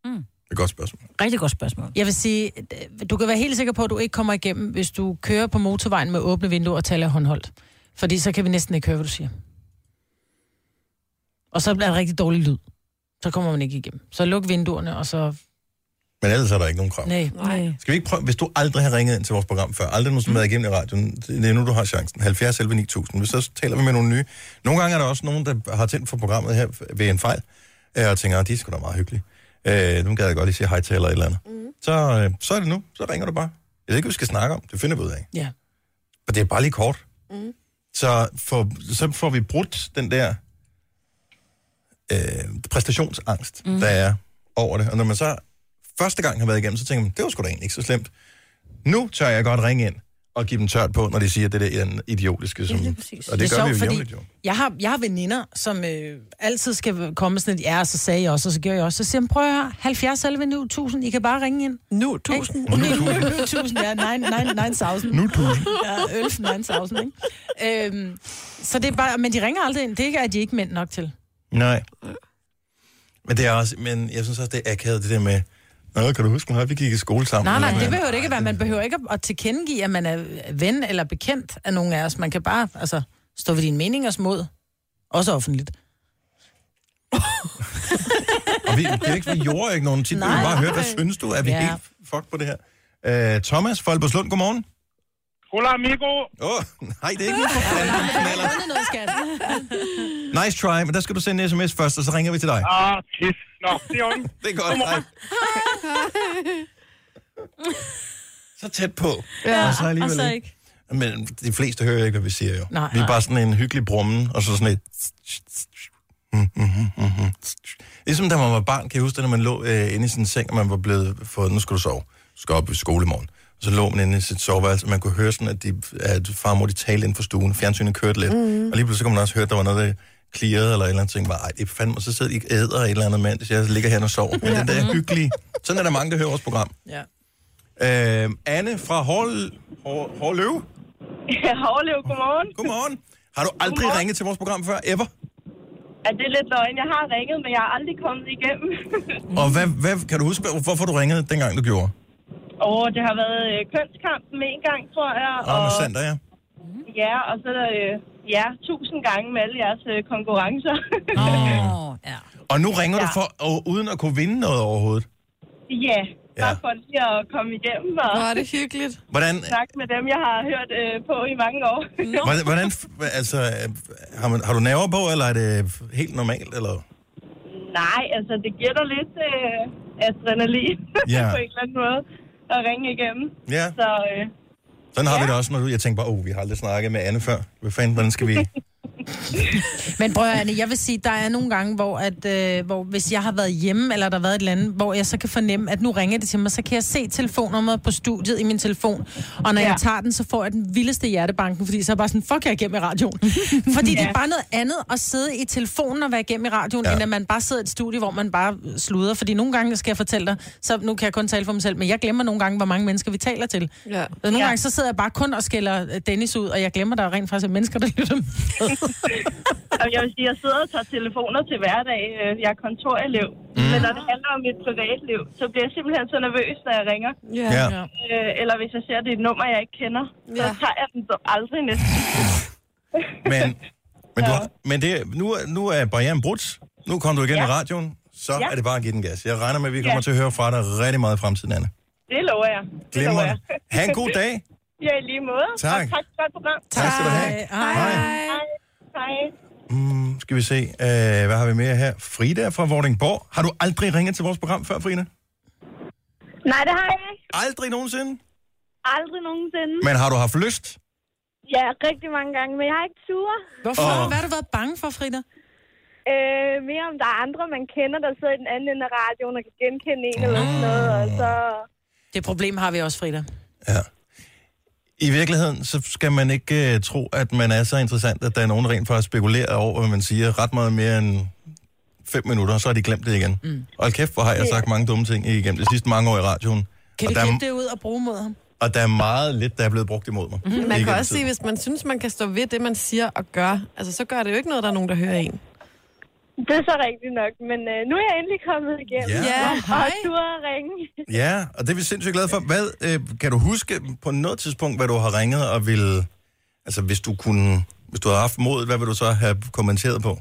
S1: Mm. Det er et godt spørgsmål.
S10: Rigtig godt spørgsmål.
S3: Jeg vil sige, øh, du kan være helt sikker på, at du ikke kommer igennem, hvis du kører på motorvejen med åbne vinduer og taler håndholdt. Fordi så kan vi næsten ikke høre, hvad du siger. Og så bliver det rigtig dårlig lyd. Så kommer man ikke igennem. Så luk vinduerne, og så...
S1: Men ellers er der ikke nogen krav.
S3: Nej.
S2: Nej.
S1: Skal vi ikke prøve, hvis du aldrig har ringet ind til vores program før, aldrig nogensinde været igennem i radioen, det er nu, du har chancen. 70 11 9000. Hvis så taler vi med nogle nye. Nogle gange er der også nogen, der har tændt for programmet her ved en fejl, øh, og tænker, at de er sgu da meget hyggelige. Øh, nu gad jeg godt lige sige hej til eller et eller andet. Mm. Så, øh, så er det nu. Så ringer du bare. Jeg ved ikke, hvad vi skal snakke om. Det finder vi ud af.
S3: Ja.
S1: Og det er bare lige kort. Mm. Så, for, så får vi brudt den der øh, præstationsangst, mm. der er over det. Og når man så første gang har været igennem, så tænker man, det var sgu da egentlig ikke så slemt. Nu tør jeg godt ringe ind og give dem tørt på, når de siger, det der er en idiotiske. Som,
S10: lige præcis.
S1: og det, det gør vi jo
S3: fordi
S1: jævnligt jo.
S3: Jeg har, jeg har veninder, som øh, altid skal komme sådan et, ja, og så sagde jeg også, og så gjorde jeg også. Så siger jeg, prøv at høre, 70 11 nu, 1000, I kan bare ringe ind.
S2: Nu, tusind.
S1: Og nu er du-
S3: 1000, ja, 9000.
S1: Nu er du.
S3: Ja, 11.000, ikke? Øhm, så det er bare, men de ringer aldrig ind. Det er ikke, at de ikke er mænd nok til.
S1: Nej. Men det er også, men jeg synes også, det er akavet, det der med, Nå, kan du huske, når vi gik i skole sammen?
S3: Nej, nej,
S1: Eller
S3: det
S1: hvad?
S3: behøver det ikke at være. Man behøver ikke at- at tilkendegive, at man er ven eller bekendt af nogen af os. Man kan bare altså, stå ved dine meningers mod. Også offentligt.
S1: Og vi, det er ikke, vi gjorde ikke nogen tit. Vi
S3: Nej.
S1: bare hørte, hvad synes du? Er vi ja.
S3: Ja.
S1: helt fuck på det her? Uh, Thomas fra Alberslund, godmorgen.
S9: Hola amigo.
S1: Åh, oh, nej, det er ikke lige for fanden. knaller.
S3: noget, skat.
S1: Nice try, men der skal du sende en sms først, og så ringer vi til dig.
S9: Ah, tis. Nå, det er ondt.
S1: Det er godt, hej. Så tæt på.
S2: Ja,
S1: og så alligevel
S10: og så
S1: ikke.
S10: ikke.
S1: Men de fleste hører ikke, hvad vi siger jo.
S3: Nej,
S1: vi er
S3: nej.
S1: bare sådan en hyggelig brummen, og så sådan et... Ligesom da man var barn, kan jeg huske, det, når man lå øh, inde i sin seng, og man var blevet fået, nu skal du sove, du skal op i skole i morgen. Og så lå man inde i sit soveværelse, og man kunne høre sådan, at, de, at far og mor, de talte inden for stuen, fjernsynet kørte lidt. Mm. Og lige pludselig kunne man også høre, at der var noget, der klirrede, eller et eller andet ting. Bare, Ej, det er fandme, og så sidder de og æder et eller andet mand, så jeg ligger her og sover. Men den der hyggelige... Sådan er der mange, der hører vores program.
S3: Ja.
S1: Øh, Anne fra Hår, Hår, Hårløve.
S9: Hårlev, godmorgen.
S1: Godmorgen. Har du aldrig
S9: Godmorgen.
S1: ringet til vores program før, ever?
S9: Ja, det er lidt løgn. Jeg har ringet, men jeg har aldrig kommet igennem.
S1: Og hvad, hvad, kan du huske, hvor- hvorfor du ringede, dengang du gjorde?
S9: Åh, oh, det har været øh, kønskampen en gang, tror jeg.
S1: Og med Sander, ja.
S9: ja, og så er der øh, ja, tusind gange med alle jeres øh, konkurrencer.
S1: Ah.
S10: Åh, oh, ja.
S1: Og nu ringer ja. du
S9: Ja.
S1: for, og, uden at kunne vinde noget overhovedet.
S9: ja, bare
S1: Ja.
S9: for lige at komme igennem og
S2: Hvor er det hyggeligt.
S1: Hvordan,
S9: snakke med dem, jeg har hørt øh, på i mange år.
S1: hvordan, hvordan f- altså, øh, har, man, har du nerver på, eller er det f- helt normalt? Eller?
S9: Nej, altså det giver dig lidt øh, adrenalin
S1: Ja.
S9: på en eller anden måde at ringe igennem.
S1: Ja,
S9: Så øh,
S1: sådan har vi det også, når du, jeg tænker bare, oh, vi har aldrig snakket med Anne før. Hvad fanden, hvordan skal vi?
S3: Men prøv at høre, Anne, jeg vil sige, der er nogle gange, hvor, at, øh, hvor hvis jeg har været hjemme, eller der har været et eller andet, hvor jeg så kan fornemme, at nu ringer det til mig, så kan jeg se telefonnummeret på studiet i min telefon. Og når ja.
S9: Ja.
S3: jeg tager den, så får jeg den vildeste hjertebanken, fordi så er jeg bare sådan, fuck, jeg er igennem i radioen. fordi ja. det er bare noget andet at sidde i telefonen og være igennem i radioen,
S1: Ja.
S3: ja. end at man bare sidder i et studie, hvor man bare sluder. Fordi nogle gange skal jeg fortælle dig, så nu kan jeg kun tale for mig selv, men jeg glemmer nogle gange, hvor mange mennesker vi taler til.
S2: Ja.
S3: Så nogle ja.
S9: Ja.
S3: gange så sidder jeg bare kun og skælder øh, Dennis ud, og jeg glemmer, der er rent faktisk er mennesker, der lytter med.
S9: Jamen, jeg vil sige, jeg sidder og tager telefoner til hverdag. Øh, Jeg er kontorelev. Mm. Men når det handler om mit privatliv, så bliver jeg simpelthen så nervøs, når jeg ringer.
S1: Ja.
S3: Ja.
S9: Øh, Eller hvis jeg ser, at det er et nummer, jeg ikke kender, så
S2: Ja.
S9: tager jeg den dog aldrig næsten.
S1: Men, men, du, har- men det, nu, er- nu er barrieren brudt. Nu kom du igen ja. i radioen. Så ja.
S9: Ja.
S1: er det bare at give den gas. Jeg regner med, at vi
S9: Ja.
S1: kommer ja. til at høre fra dig rigtig meget i fremtiden, Anne.
S9: Det lover jeg. Det lover jeg.
S1: Glimrende. Ha' en god dag.
S9: ja, i lige måde.
S1: Tak.
S9: Og tak for et godt program.
S1: Tak skal du have.
S3: Hej.
S1: Hej.
S9: Hej. Hej.
S1: Mm, skal vi se, øh, hvad har vi mere her? Frida fra Vordingborg. Har du aldrig ringet til vores program før, Frida?
S9: Nej, det har jeg ikke.
S1: Aldrig nogensinde.
S9: Aldrig nogensinde.
S1: Men har du haft lyst?
S9: Ja, rigtig mange gange, men jeg har ikke tur.
S3: Hvorfor?
S1: Og-
S3: Og... Hvad har du været bange for, Frida?
S9: Øh, mere om der er andre, man kender, der sidder i den anden ende af radioen og kan genkende en eller sådan noget. Og så...
S3: Det problem har vi også, Frida.
S1: Ja. I virkeligheden, så skal man ikke øh, tro, at man er så interessant, at der er nogen der rent faktisk spekulerer over, hvad man siger ret meget mere end fem minutter, og så har de glemt det igen. Mm. Og kæft, hvor har jeg sagt mange dumme ting igennem de sidste mange år i radioen.
S3: Kan
S1: og
S3: vi
S1: der,
S3: klippe
S1: er-
S3: det ud og bruge mod ham?
S1: og der er meget lidt, der er blevet brugt imod mig.
S2: Mm-hmm. Man
S1: Ikke
S2: kan også
S1: altid.
S2: sige, hvis man synes, man kan stå ved det, man siger og gør, altså så gør det jo ikke noget, der er nogen, der hører en.
S11: Det er så rigtigt nok, men øh, nu er jeg endelig kommet igennem.
S1: Ja. Ja,
S11: og du har ringe.
S1: Ja, og det er vi sindssygt glade for. Hvad, øh, kan du huske på noget tidspunkt, hvad du har ringet og ville... Altså, hvis du kunne... Hvis du havde haft modet, hvad ville du så have kommenteret på?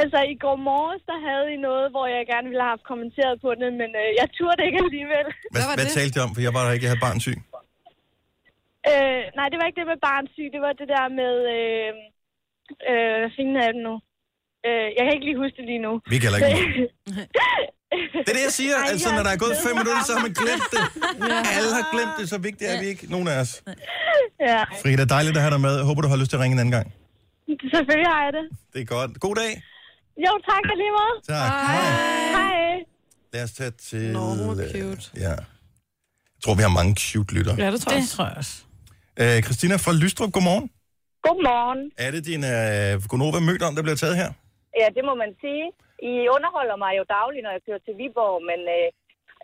S11: Altså, i går morges, der havde I noget, hvor jeg gerne ville have haft kommenteret på det, men øh, jeg turde ikke alligevel.
S1: Hvad, hvad, hvad talte du om? For jeg var der ikke, jeg havde barnsyg.
S11: Øh, nej, det var ikke det med barnsyg, det var det der med... Øh, øh, hvad fanden er det nu? Øh, jeg kan ikke lige huske det lige nu.
S1: Vi kan heller ikke
S11: det.
S1: Det er det, jeg siger. Ej, altså, når der er gået fem minutter, så har man glemt det. Alle har glemt det, så vigtigt er vi ikke. Nogen af os.
S11: Ja,
S1: Frida, dejligt at have dig med. Jeg håber, du har lyst til at ringe en anden gang.
S11: selvfølgelig har jeg det.
S1: Det er godt. God dag.
S11: Jo, tak og lige måde.
S1: Tak.
S11: Hej. Hej.
S1: Lad os tage til... Nå, hun er cute. Ja. Jeg tror, vi har mange cute lyttere.
S2: Ja, det tror jeg
S4: Det tror jeg også.
S1: Øh, Christina fra Lystrup, godmorgen.
S12: Godmorgen.
S1: Er det din øh, gonova mødt om, der bliver taget her?
S12: Ja, det må man sige. I underholder mig jo dagligt, når jeg kører til Viborg, men øh,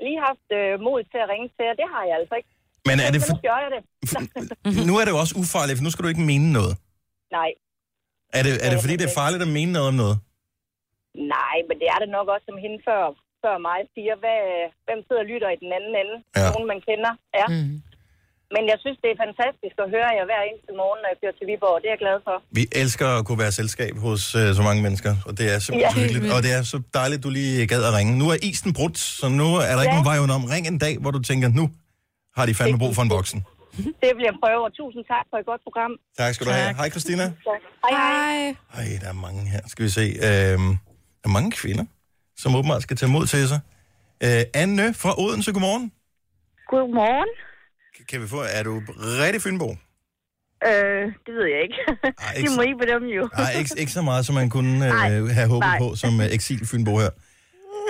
S12: lige haft øh, mod til at ringe til jer, det har jeg altså ikke.
S1: Men er det
S12: Men
S1: for,
S12: nu gør jeg det.
S1: nu er det jo også ufarligt, for nu skal du ikke mene noget.
S12: Nej,
S1: Er det, er det fordi, det er farligt at mene noget om noget?
S12: nej, men det er det nok også, som hende før, før mig siger, hvad, øh, hvem sidder og lytter i den anden ende? Ja. Nogen, man kender. Ja. Mm. Men jeg synes, det er fantastisk at høre jer hver eneste morgen, når jeg kører til Viborg, det er jeg glad for.
S1: Vi elsker at kunne være selskab hos øh, så mange mennesker, og det er simpelthen
S12: Ja.
S1: ja, hyggeligt. Og det er så dejligt, du lige gad at ringe. Nu er isen brudt, så nu er der ikke
S12: Ja.
S1: nogen vej udenom. Ring en dag, hvor du tænker, nu har de fandme brug for en voksen.
S12: Det vil jeg prøve, og tusind tak for et godt program.
S1: Tak skal du have. Hej, Christina.
S12: Tak. Hej, hej.
S1: Ej, der er mange her. Skal vi se. Øhm, der er mange kvinder, som åbenbart skal tage mod til sig. Øh, Anne fra Odense, godmorgen.
S13: Godmorgen.
S1: K- Kan vi få, er du rigtig Fynbo?
S13: Øh, det ved jeg ikke. Ej,
S1: ikke
S13: det må
S1: så-
S13: I bedømme jo.
S1: Nej, ikke, ikke så meget, som man kunne
S13: Nej,
S1: øh, have håbet
S13: nej.
S1: på som øh, eksil Fynbo her.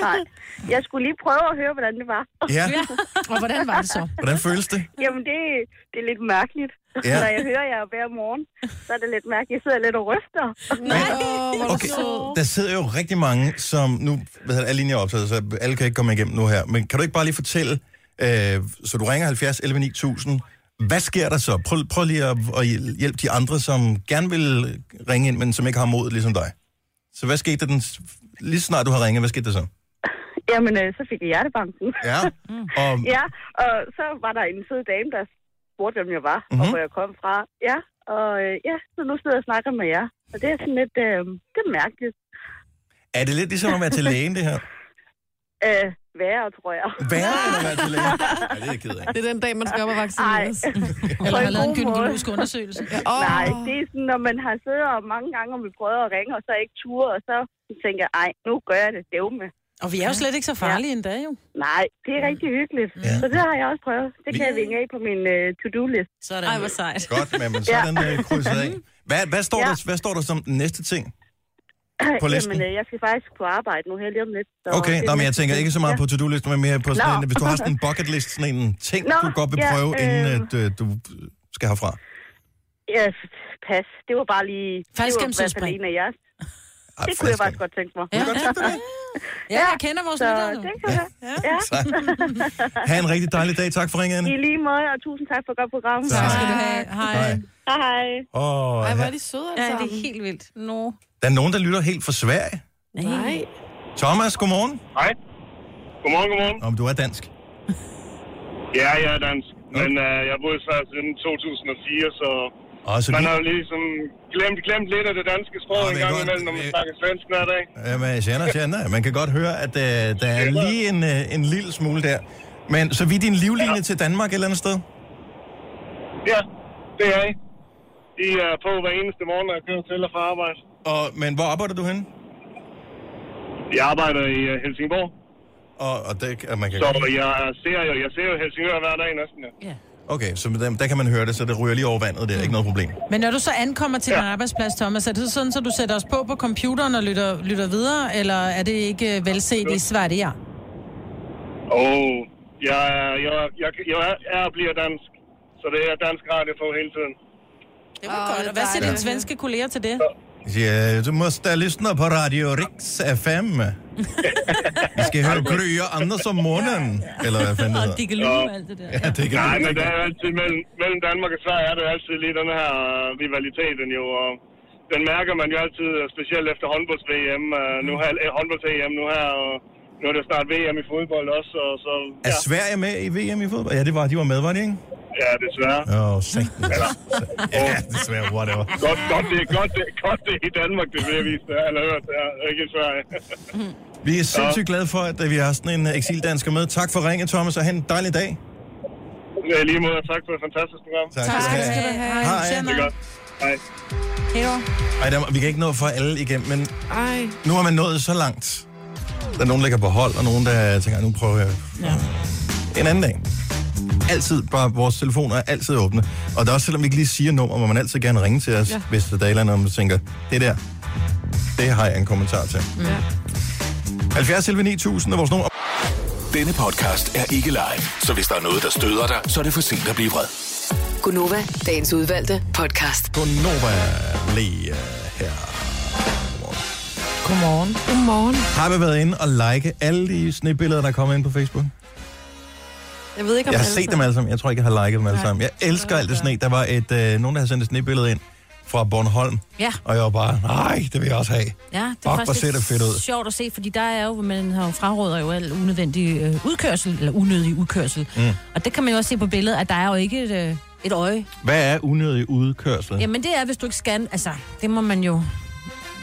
S13: Nej. Jeg skulle lige prøve at høre, hvordan det var.
S1: Ja.
S13: Og hvordan var det så?
S1: Hvordan føles det?
S13: Jamen, det, det er lidt mærkeligt.
S1: Ja.
S13: Ja. Når jeg hører jer hver morgen, så er det lidt mærkeligt. Jeg sidder lidt og ryster. Nej,
S1: Okay, der sidder jo rigtig mange, som nu hvad hedder, det, er linjer optaget, så alle kan ikke komme igennem nu her. Men kan du ikke bare lige fortælle, øh, så du ringer 70 11 9000, hvad sker der så? Prøv, prøv lige at, at hjælpe de andre, som gerne vil ringe ind, men som ikke har mod ligesom dig. Så hvad skete der den, s- lige så snart du har ringet, hvad skete der så?
S13: Jamen, øh, så fik jeg hjertebanken.
S1: Ja,
S13: Mm.
S1: og
S13: ja, og så var der en sød dame, der spurgte, hvem jeg var, mm-hmm. og
S1: Mhm.
S13: hvor jeg kom fra. Ja, og øh, ja, så nu sidder jeg og snakker med jer. Og det er sådan lidt, øh, det er mærkeligt.
S1: er det lidt ligesom at være til lægen, det her?
S13: Øh, værre, tror jeg.
S1: Værre end at være til lægen? Ja, det er jeg ked af.
S2: Det er den dag, man skal op og vaccineres.
S13: På
S2: Eller har lavet en
S13: god
S2: gynækologisk
S13: måde.
S2: undersøgelse.
S13: Ja,
S2: åh.
S13: Nej, det er sådan, når man har siddet og mange gange, og vi prøver at ringe, og så ikke ture, og så tænker jeg, ej, nu gør jeg det dævme.
S3: Og vi er jo slet ikke så farlige
S13: ja.
S3: endda, jo.
S13: Nej, det er rigtig hyggeligt.
S1: Ja.
S13: Så det har jeg også prøvet. Det kan jeg vinge af på min uh, to-do-list.
S3: Sådan. Ej, hvor sejt.
S1: Godt, men, men sådan øh, krydset af. Hvad, hvad, står der, hvad står der som den næste ting? på listen?
S13: Jamen, øh, jeg skal faktisk på arbejde nu her lige om lidt. Så
S1: Okay,
S13: det
S1: nå,
S13: er
S1: men jeg
S13: næste
S1: tænker ikke så meget
S13: ting.
S1: på to-do-listen, men mere på sådan
S13: Nå.
S1: en, hvis du har sådan en bucket list, sådan en ting,
S13: Nå,
S1: du godt vil
S13: ja,
S1: prøve, inden
S13: øh.
S1: at øh, du skal herfra.
S13: Ja, pas. Det var bare lige...
S3: Falsk
S13: det var i hvert fald
S3: gennemsnitsspring.
S13: en af jeres.
S1: Ej,
S13: Det kunne jeg faktisk godt tænke mig. Ja,
S3: Ja, jeg kender vores
S13: så
S3: lyttere.
S13: det kan jeg. Ja.
S1: Tak. Ha' en rigtig dejlig dag. Tak for ringen, Anne.
S13: I lige måde, og tusind tak for et godt program.
S1: Tak skal du
S3: have. Hej.
S1: Hej.
S13: Hej, hej.
S1: Og,
S3: Ej,
S1: her,
S3: hvor er
S1: der
S3: de søde
S2: alle
S3: Ja, det
S2: sammen.
S3: er helt vildt. Nå.
S1: er nogen, der lytter helt fra Sverige.
S2: Nej.
S1: Thomas, godmorgen.
S9: Hej. Godmorgen, godmorgen.
S1: Om du er dansk.
S9: Ja, jeg er dansk, men øh, jeg har boet i Sverige siden 2004, så
S1: Og så
S9: man
S1: vi-
S9: har jo ligesom glemt, glemt lidt af det danske sprog en gang imellem, når man snakker svensk hver dag.
S1: Jamen, jeg kender, jeg kender. Man kan godt høre, at øh, der er lige en, øh, en lille smule der. Men så vi er din livline til Danmark et eller andet sted?
S9: Ja, det er I. I er på hver eneste morgen, når jeg kører til og fra arbejde.
S1: Og, men hvor arbejder du henne?
S9: Jeg arbejder i øh, Helsingborg,
S1: Og, og det, og man kan
S9: så
S1: godt-
S9: jeg ser jo, jeg ser jo Helsingør hver dag næsten. Ja.
S1: Okay, så der, der kan man høre det, så det ryger lige over vandet. Det er ikke noget problem.
S3: Men når du så ankommer til din arbejdsplads, Thomas, er det sådan, så du sætter os på på computeren og lytter, lytter videre, eller er det ikke øh, velset i Sverige?
S9: Åh, jeg, er- jeg, jeg, jeg er, er og bliver dansk, så det er dansk radio på hele tiden.
S3: Det var godt. Og hvad siger dine svenske kolleger til det?
S1: Ja, du måste lyssna på Radio Riks FM. Vi skal høre gryer andre som morgenen, eller hvad fanden det hedder.
S14: alt det der.
S1: Ja, det kan
S14: Nej,
S1: du.
S14: men der er jo altid mellem, mellem Danmark og Sverige er der jo altid lige den her øh, rivaliteten jo, og den mærker man jo altid, øh, specielt efter håndbolds-VM, øh, nu her, eh, håndbolds-EM nu her, og nu er der snart VM i fodbold også, og så,
S1: Er Sverige med i VM i fodbold? Ja, det var, de var med, var de ikke?
S14: ja, desværre.
S1: Åh, oh, satan. Ja, desværre, whatever.
S14: Godt, godt, det, godt, det, godt det er i Danmark, det vil jeg vise dig, eller hørt, ja, ikke i Sverige.
S1: Vi er sindssygt glade for, at øh, vi har sådan en øh, eksildansker med. Tak for ringet, Thomas, og have en dejlig dag.
S14: Ja, i lige måde, og tak for et fantastisk program.
S1: Tak skal du Tak have. skal du have. Hej.
S14: Det er godt. Hej.
S3: Hej då.
S1: Ej, der, vi kan ikke nå for alle igennem, men
S2: Ej.
S1: nu har man nået så langt. Der er nogen, der ligger på hold, og nogen, der tænker, nu prøver jeg
S3: Ja.
S1: en anden dag. Altid, bare vores telefoner er altid åbne. Og der er også, selvom vi ikke lige siger nummer, må man altid gerne ringe til os,
S2: Ja.
S1: ja. hvis der er et eller andet, og man tænker, det der, det har jeg en kommentar til.
S2: Ja.
S1: 70 11 9000 er vores nummer.
S8: Denne podcast er ikke live, så hvis der er noget, der støder dig, så er det for sent at blive vred.
S7: Gunova, dagens udvalgte podcast.
S1: Gunova, Lea øh, her.
S4: Godmorgen.
S2: Godmorgen.
S1: Har vi været inde og like alle de snebilleder, der kommer ind på Facebook?
S2: Jeg ved ikke, om
S1: Jeg har
S2: alle
S1: set
S2: sammen-
S1: dem alle sammen. Jeg tror ikke, jeg har liket dem alle
S2: Nej.
S1: sammen. Jeg elsker alt det sne. Der var et, øh, nogen, der havde sendt et snebillede ind fra Bornholm.
S3: Ja.
S1: Og jeg var bare, nej, det vil jeg også have.
S3: Ja, det
S1: Fuck,
S3: er
S1: hvor
S3: faktisk
S1: ser det fedt ud.
S3: sjovt at se, fordi der er jo, man har jo fraråder jo al unødvendig øh, udkørsel, eller unødig udkørsel.
S1: Mm.
S3: Og det kan man jo også se på billedet, at der er jo ikke et, øh, et øje.
S1: Hvad er unødig udkørsel?
S3: Jamen det er, hvis du ikke scan, altså, det må man jo...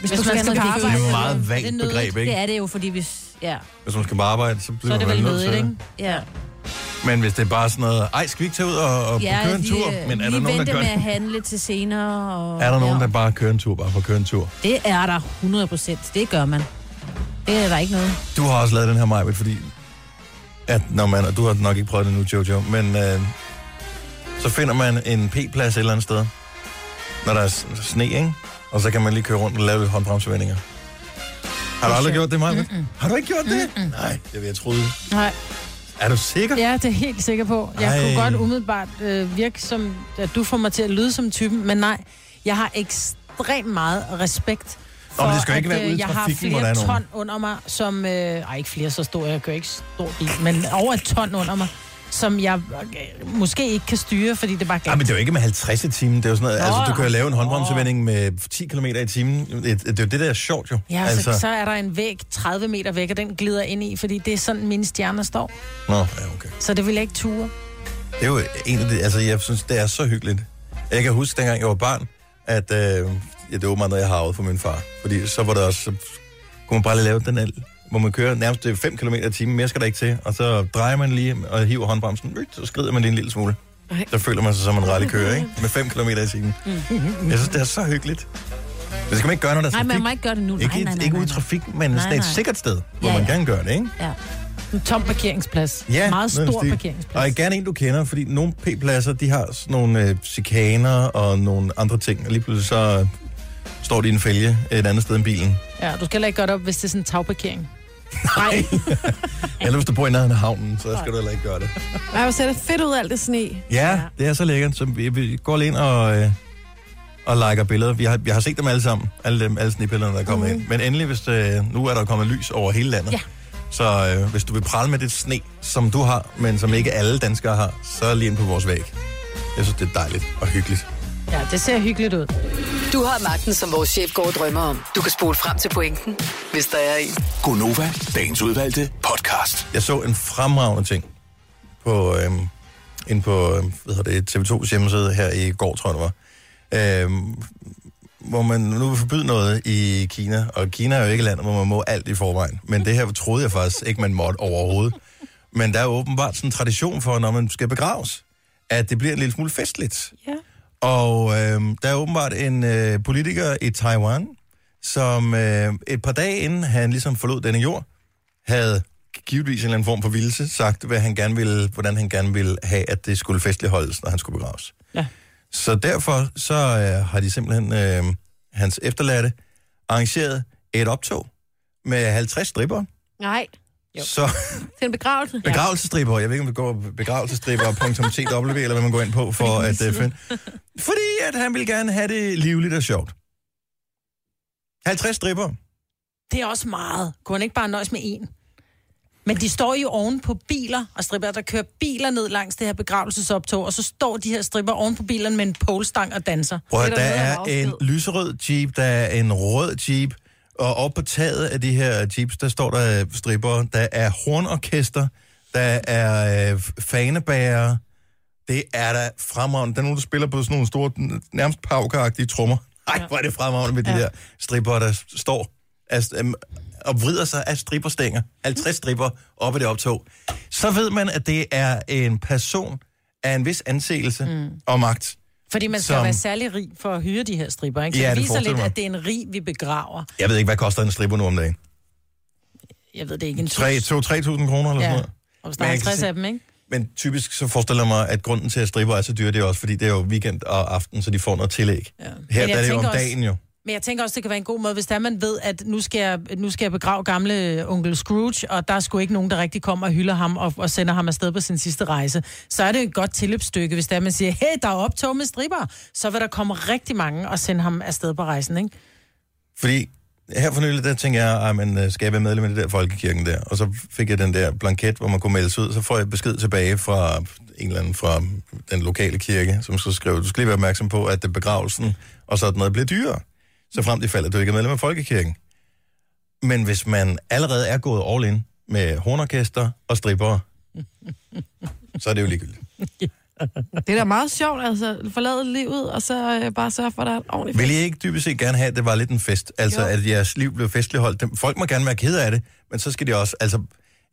S3: Hvis,
S1: man skal
S3: noget
S1: på
S3: vigtigt,
S1: arbejde. Det er
S3: så
S1: meget
S3: det
S1: vagt
S3: nødigt.
S1: begreb, ikke?
S3: Det er det jo, fordi hvis... Ja,
S1: Hvis man skal bare arbejde, så
S3: så
S1: bliver
S3: er det vel
S1: man nødt til
S3: nødigt, ikke?
S1: det.
S3: Ja.
S1: Men hvis det er bare sådan noget, ej, skal vi ikke tage ud og, og
S3: ja,
S1: køre en
S3: lige,
S1: tur?
S3: øh,
S1: Men er
S3: lige
S1: der nogen, der
S3: vente
S1: gør
S3: med at
S1: det?
S3: handle til senere. Og...
S1: Er der nogen, der bare kører en tur, bare for at køre en tur?
S3: Det er der 100 procent. Det gør man. Det er der ikke noget.
S1: Du har også lavet den her, Majbet, fordi... At, når man, og du har nok ikke prøvet det nu, Jojo, men øh, så finder man en p-plads et eller andet sted, når der er s- sne, ikke? Og så kan man lige køre rundt og lave lidt håndbremsevendinger. Har du aldrig gjort det, Majbet? Har du ikke gjort det? Nej, det vil jeg troede.
S4: Nej.
S1: Er du sikker?
S4: Ja, det er jeg helt sikker på. Jeg
S1: Ej.
S4: Ej. kunne godt umiddelbart øh, virke som, at du får mig til at lyde som typen, men nej, jeg har ekstremt meget respekt for,
S1: Nå, men det skal jo ikke
S4: at, øh,
S1: være ude i
S4: jeg har
S1: trafikken, hvor
S4: flere
S1: der er nogen.
S4: ton under mig, som... Øh, ej, ikke flere så store, jeg kører ikke stor bil, men over et ton under mig, som jeg øh, måske ikke kan styre, fordi det bare glat.
S1: Ja, Ah, men det er jo ikke med 50 i timen. Det er jo sådan noget,
S4: Nå,
S1: altså, du kan jo
S4: nej.
S1: lave en håndbremsevending med 10 km i timen. Det, det er jo det, der er sjovt, jo.
S4: Ja, altså.
S1: altså,
S4: så, så er der en væg 30 meter væk, og den glider ind i, fordi det er sådan, mine stjerner står.
S1: Nå, ja, okay.
S4: Så det vil jeg ikke ture.
S1: Det er jo en af de, altså jeg synes, det er så hyggeligt. Jeg kan huske, dengang jeg var barn, at øh, ja, det var meget noget, jeg har arvet fra min far. Fordi så var der også, så kunne man bare lige lave den her, hvor man kører nærmest 5 km i timen, mere skal der ikke til, og så drejer man lige og hiver håndbremsen, ryt, så skrider man lige en lille smule.
S2: Ej.
S1: Så føler man sig som en rallykører, ikke? Med 5 km i timen.
S3: Mm.
S1: Jeg synes, det er så hyggeligt. Det skal man ikke gøre, når der er
S3: Nej,
S1: trafik.
S3: man må ikke gøre det nu. Nej,
S1: Ikke,
S3: nej, nej, nej,
S1: ikke ude i
S3: nej.
S1: trafik, men
S3: Nej,
S1: sådan et
S3: nej.
S1: sikkert sted, hvor
S3: Ja,
S1: man
S3: ja.
S1: gerne gør det, ikke?
S3: Ja.
S4: En tom parkeringsplads.
S1: Ja, noget
S4: Meget
S1: i den
S4: stor
S1: stil.
S4: parkeringsplads.
S1: Og gerne en, du kender, fordi nogle p-pladser, de har sådan nogle øh, chikaner og nogle andre ting, og lige pludselig så øh, står de i en fælge et andet sted end bilen.
S4: Ja, du skal heller ikke gøre det op, hvis det er sådan en tagparkering.
S1: Nej. Eller hvis du bor i nærheden af havnen, så skal du heller ikke gøre det.
S2: Ej, hvor ser det fedt ud, alt det sne.
S1: Ja, det er så lækkert. Så vi, vi går lige ind og, øh, og liker billeder. Vi har, jeg har set dem alle sammen, alle, dem, alle snibbillederne, der er kommet mm. ind. Men endelig, hvis øh, nu er der kommet lys over hele landet.
S3: Ja.
S1: Så øh, hvis du vil prale med det sne, som du har, men som ikke alle danskere har, så lige ind på vores væg. Jeg synes, det er dejligt og hyggeligt.
S4: Ja, det ser hyggeligt ud.
S7: Du har magten, som vores chef går og drømmer om. Du kan spole frem til pointen, hvis der er en.
S8: Gonova, dagens udvalgte podcast.
S1: Jeg så en fremragende ting på, øhm, inde på øhm, hvad hedder det, TV2's hjemmeside her i går, tror jeg det var. Øhm, hvor man nu vil forbyde noget i Kina, og Kina er jo ikke et land, hvor man må alt i forvejen. Men det her troede jeg faktisk ikke, man måtte overhovedet. Men der er jo åbenbart sådan en tradition for, når man skal begraves, at det bliver en lille smule festligt.
S2: Ja.
S1: Og øh, der er åbenbart en øh, politiker i Taiwan, som øh, et par dage inden han ligesom forlod denne jord, havde givetvis en eller anden form for vildelse sagt, hvad han gerne ville, hvordan han gerne ville have, at det skulle festligholdes, når han skulle begraves.
S4: Ja.
S1: Så derfor så øh, har de simpelthen, øh, hans efterladte, arrangeret et optog med 50 stripper.
S2: Nej,
S1: Så
S2: det er en begravelse.
S1: begravelsestripper, jeg ved ikke, om det går begravelsestripper.tw, eller hvad man går ind på for at øh, finde. Fordi at han vil gerne have det livligt og sjovt. 50 stripper.
S4: Det er også meget. Kunne han ikke bare nøjes med en? Men de står jo oven på biler og stripper, der kører biler ned langs det her begravelsesoptog, og så står de her stripper oven på bilerne med en polestang og danser.
S1: Prøv at, der er en lyserød Jeep, der er en rød Jeep, og oppe på taget af de her Jeeps, der står der stripper, der er hornorkester, der er øh, fanebærer. Det er da fremragende. Der er nogen, der spiller på sådan nogle store, nærmest paukeragtige trommer. Nej, hvor er det fremragende med de der stripper, der står af, øhm, og vrider sig af stripperstænger. 50 stripper op i det optog. Så ved man, at det er en person af en vis anseelse mm. og magt.
S4: Fordi man skal som... være særlig rig for at hyre de her stripper, ikke? Så
S1: Ja,
S4: det
S1: det
S4: viser
S1: forestiller
S4: lidt,
S1: mig.
S4: at det er en rig, vi begraver.
S1: Jeg ved ikke, hvad koster en stripper nu om dagen?
S4: Jeg ved det ikke, en
S1: 3-2-3.000 kroner eller
S4: Ja.
S1: sådan noget?
S4: Og hvis der
S1: Men
S4: er
S1: jeg kan
S4: 50
S1: se-
S4: af dem, ikke?
S1: Men typisk så forestiller jeg mig, at grunden til, at stripper er så dyre, det er også, fordi det er jo weekend og aften, så de får noget tillæg. Ja. Her
S4: jeg
S1: der er det jo om
S4: tænker også-
S1: dagen jo.
S4: Men jeg tænker også, det kan være en god måde, hvis der man ved, at nu skal jeg, nu skal jeg begrave gamle onkel Scrooge, og der er sgu ikke nogen, der rigtig kommer og hylder ham og, og sender ham afsted på sin sidste rejse. Så er det et godt tilløbsstykke, hvis der man siger, hey, der er optog med stripper, så vil der komme rigtig mange og sende ham afsted på rejsen, ikke?
S1: Fordi her for nylig, der tænkte jeg, at man skal jeg være medlem af det der folkekirken der. Og så fik jeg den der blanket, hvor man kunne melde sig ud. Så får jeg besked tilbage fra en eller anden fra den lokale kirke, som så skrev, du skal lige være opmærksom på, at det begravelsen og sådan noget bliver dyrere. Så frem til faldet, at du ikke er medlem af folkekirken. Men hvis man allerede er gået all in med hornorkester og strippere, så er det jo ligegyldigt.
S2: Det er da meget sjovt, altså. Forlade livet, og så øh, bare sørge for, at der er en ordentlig
S1: Vil I ikke dybest set gerne have, at det var lidt en fest? Altså, jo. at jeres liv blev festligholdt? Dem- Folk må gerne være ked af det, men så skal de også... Altså,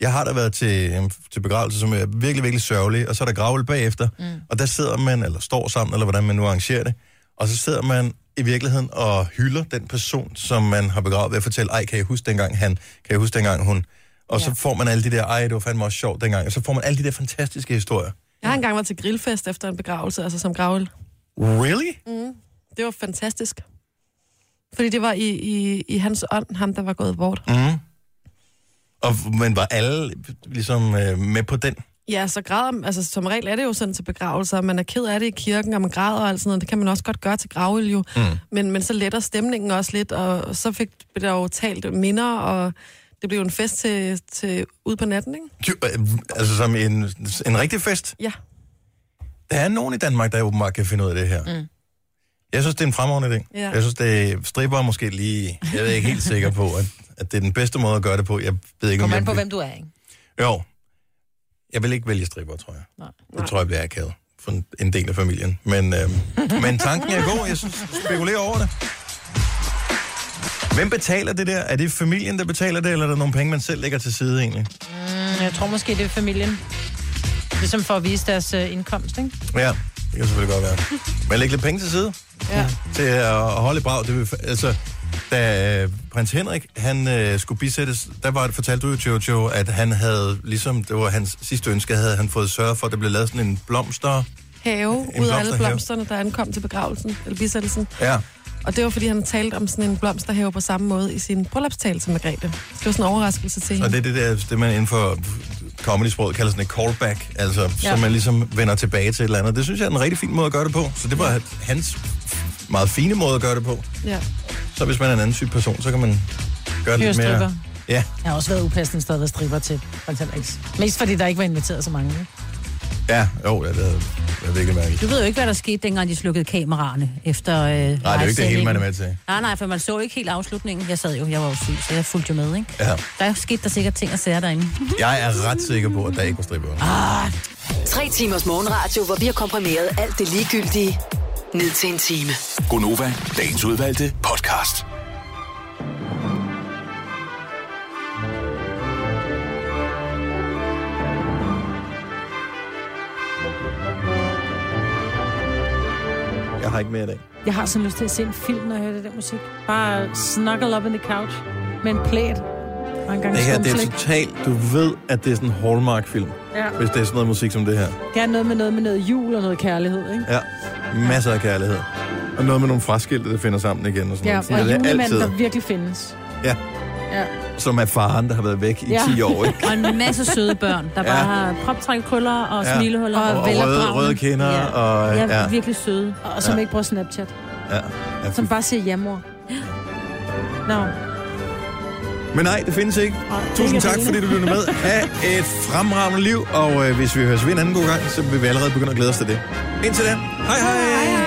S1: jeg har da været til, øhm, til begravelse, som er virkelig, virkelig sørgelig, og så er der gravel bagefter, mm. og der sidder man, eller står sammen, eller hvordan man nu arrangerer det, og så sidder man i virkeligheden og hylder den person, som man har begravet ved at fortælle, ej, kan jeg huske dengang han, kan jeg huske dengang hun, og ja. så får man alle de der, ej, det var fandme også sjovt dengang, og så får man alle de der fantastiske historier.
S2: Jeg har engang været til grillfest efter en begravelse, altså som gravel.
S1: Really?
S2: Mm. Det var fantastisk. Fordi det var i, i, i hans ånd, ham der var gået bort.
S1: Mm. Og, men var alle ligesom øh, med på den?
S2: Ja, så græder, altså som regel er det jo sådan til begravelser, man er ked af det i kirken, og man græder og alt sådan noget. Det kan man også godt gøre til gravøl jo. Mm. Men, men så letter stemningen også lidt, og så fik blev der jo talt minder, og det blev jo en fest til, til ude på natten, ikke?
S1: Jo, øh, Altså som en, en rigtig fest?
S2: Ja.
S1: Der er nogen i Danmark, der åbenbart kan finde ud af det her. Mm. Jeg synes, det er en fremragende idé.
S2: Ja.
S1: Jeg synes, det stripper måske lige... Jeg er ikke helt sikker på, at, at det er den bedste måde at gøre det på. Jeg ved ikke,
S4: Kom
S1: jeg...
S4: an på, hvem du er, ikke?
S1: Jo. Jeg vil ikke vælge stripper, tror jeg.
S4: Nej.
S1: Det tror jeg bliver akavet for en- en del af familien. Men, øh, men tanken er god. Jeg synes, spekulerer over det. Hvem betaler det der? Er det familien, der betaler det, eller er der nogle penge, man selv lægger til side egentlig?
S4: Mm, jeg tror måske, det er familien. Ligesom for at vise deres øh, indkomst, ikke?
S1: Ja, det kan selvfølgelig godt være. Men læg lidt penge til side.
S4: Ja.
S1: til at holde i brag. Det vil, altså, da øh, prins Henrik, han øh, skulle bisættes, der var, fortalte du jo, Jojo, at han havde, ligesom det var hans sidste ønske, havde han fået sørget for, at der blev lavet sådan en blomster.
S2: Have,
S1: En
S2: ud af alle
S1: blomsterhave.
S2: blomsterne, der ankom til begravelsen, eller bisættelsen.
S1: Ja.
S2: Og det var, fordi han talte om sådan en blomsterhave på samme måde i sin bryllupstale til Margrethe. Det var sådan en overraskelse til
S1: Og
S2: hende.
S1: det er det der, det man inden for comedy-sproget kalder sådan et callback, altså, ja. så
S2: Ja.
S1: man ligesom vender tilbage til et eller andet. Det synes jeg er en rigtig fin måde at gøre det på. Så det var hans meget fine måde at gøre det på.
S2: Ja.
S1: Så hvis man er en anden syg person, så kan man gøre det
S4: Hyre
S1: lidt
S4: stripper.
S1: mere... Ja,
S4: Jeg har også været upassende stadig at stripper til, for eksempel. ikke? Mest fordi der ikke var inviteret så mange. Ikke?
S1: ja, jo, det er, det er virkelig mærkeligt.
S3: Du ved jo ikke, hvad der skete, dengang de slukkede kameraerne efter øh, Nej, det
S1: det er jo ikke det hele, man er med til.
S3: Nej, nej, for man så ikke helt afslutningen. Jeg sad jo, jeg var jo syg, så jeg fulgte jo med, ikke?
S1: Ja.
S3: Der skete der sikkert ting og sager derinde.
S1: Jeg er ret sikker på, at der ikke var stripper.
S7: Ah. Tre timers morgenradio, hvor vi har komprimeret alt det ligegyldige ned til en time.
S8: Gonova, dagens udvalgte podcast.
S1: Jeg har ikke mere i dag.
S4: Jeg har sådan lyst til at se en film, når jeg hører det der musik. Bare snuggle up in the couch med en plæt. Og en gang
S1: Det her, det er
S4: skumslik.
S1: totalt... Du ved, at det er sådan en Hallmark-film,
S4: Ja.
S1: hvis det er sådan noget musik som det her.
S4: Det er noget med noget med noget jul og noget kærlighed, ikke?
S1: Ja, masser af kærlighed. Og noget med nogle fraskilte, der finder sammen igen og sådan
S4: Ja,
S1: noget.
S4: og
S1: Sådan er det
S4: julemanden,
S1: altid.
S4: der virkelig findes.
S1: Ja,
S4: Ja.
S1: som er faren, der har været væk i 10 år, ikke?
S3: og en masse søde børn, der
S1: Ja.
S3: bare har proptrækkrøller og
S1: Ja.
S3: smilehuller.
S1: Og røde, røde kinder, ja. og...
S3: Ja,
S1: Ja,
S3: virkelig søde.
S4: Og som
S1: Ja.
S4: ikke bruger Snapchat.
S1: ja. ja.
S4: Som bare siger ja, mor. Nå.
S1: Men nej, det findes ikke. Tusind tak, fordi du lyttede med. Ha' et fremragende liv, og øh, hvis vi høres ved en anden god gang, så vil vi allerede begynde at glæde os til det. Indtil da. Hej hej! hej, hej.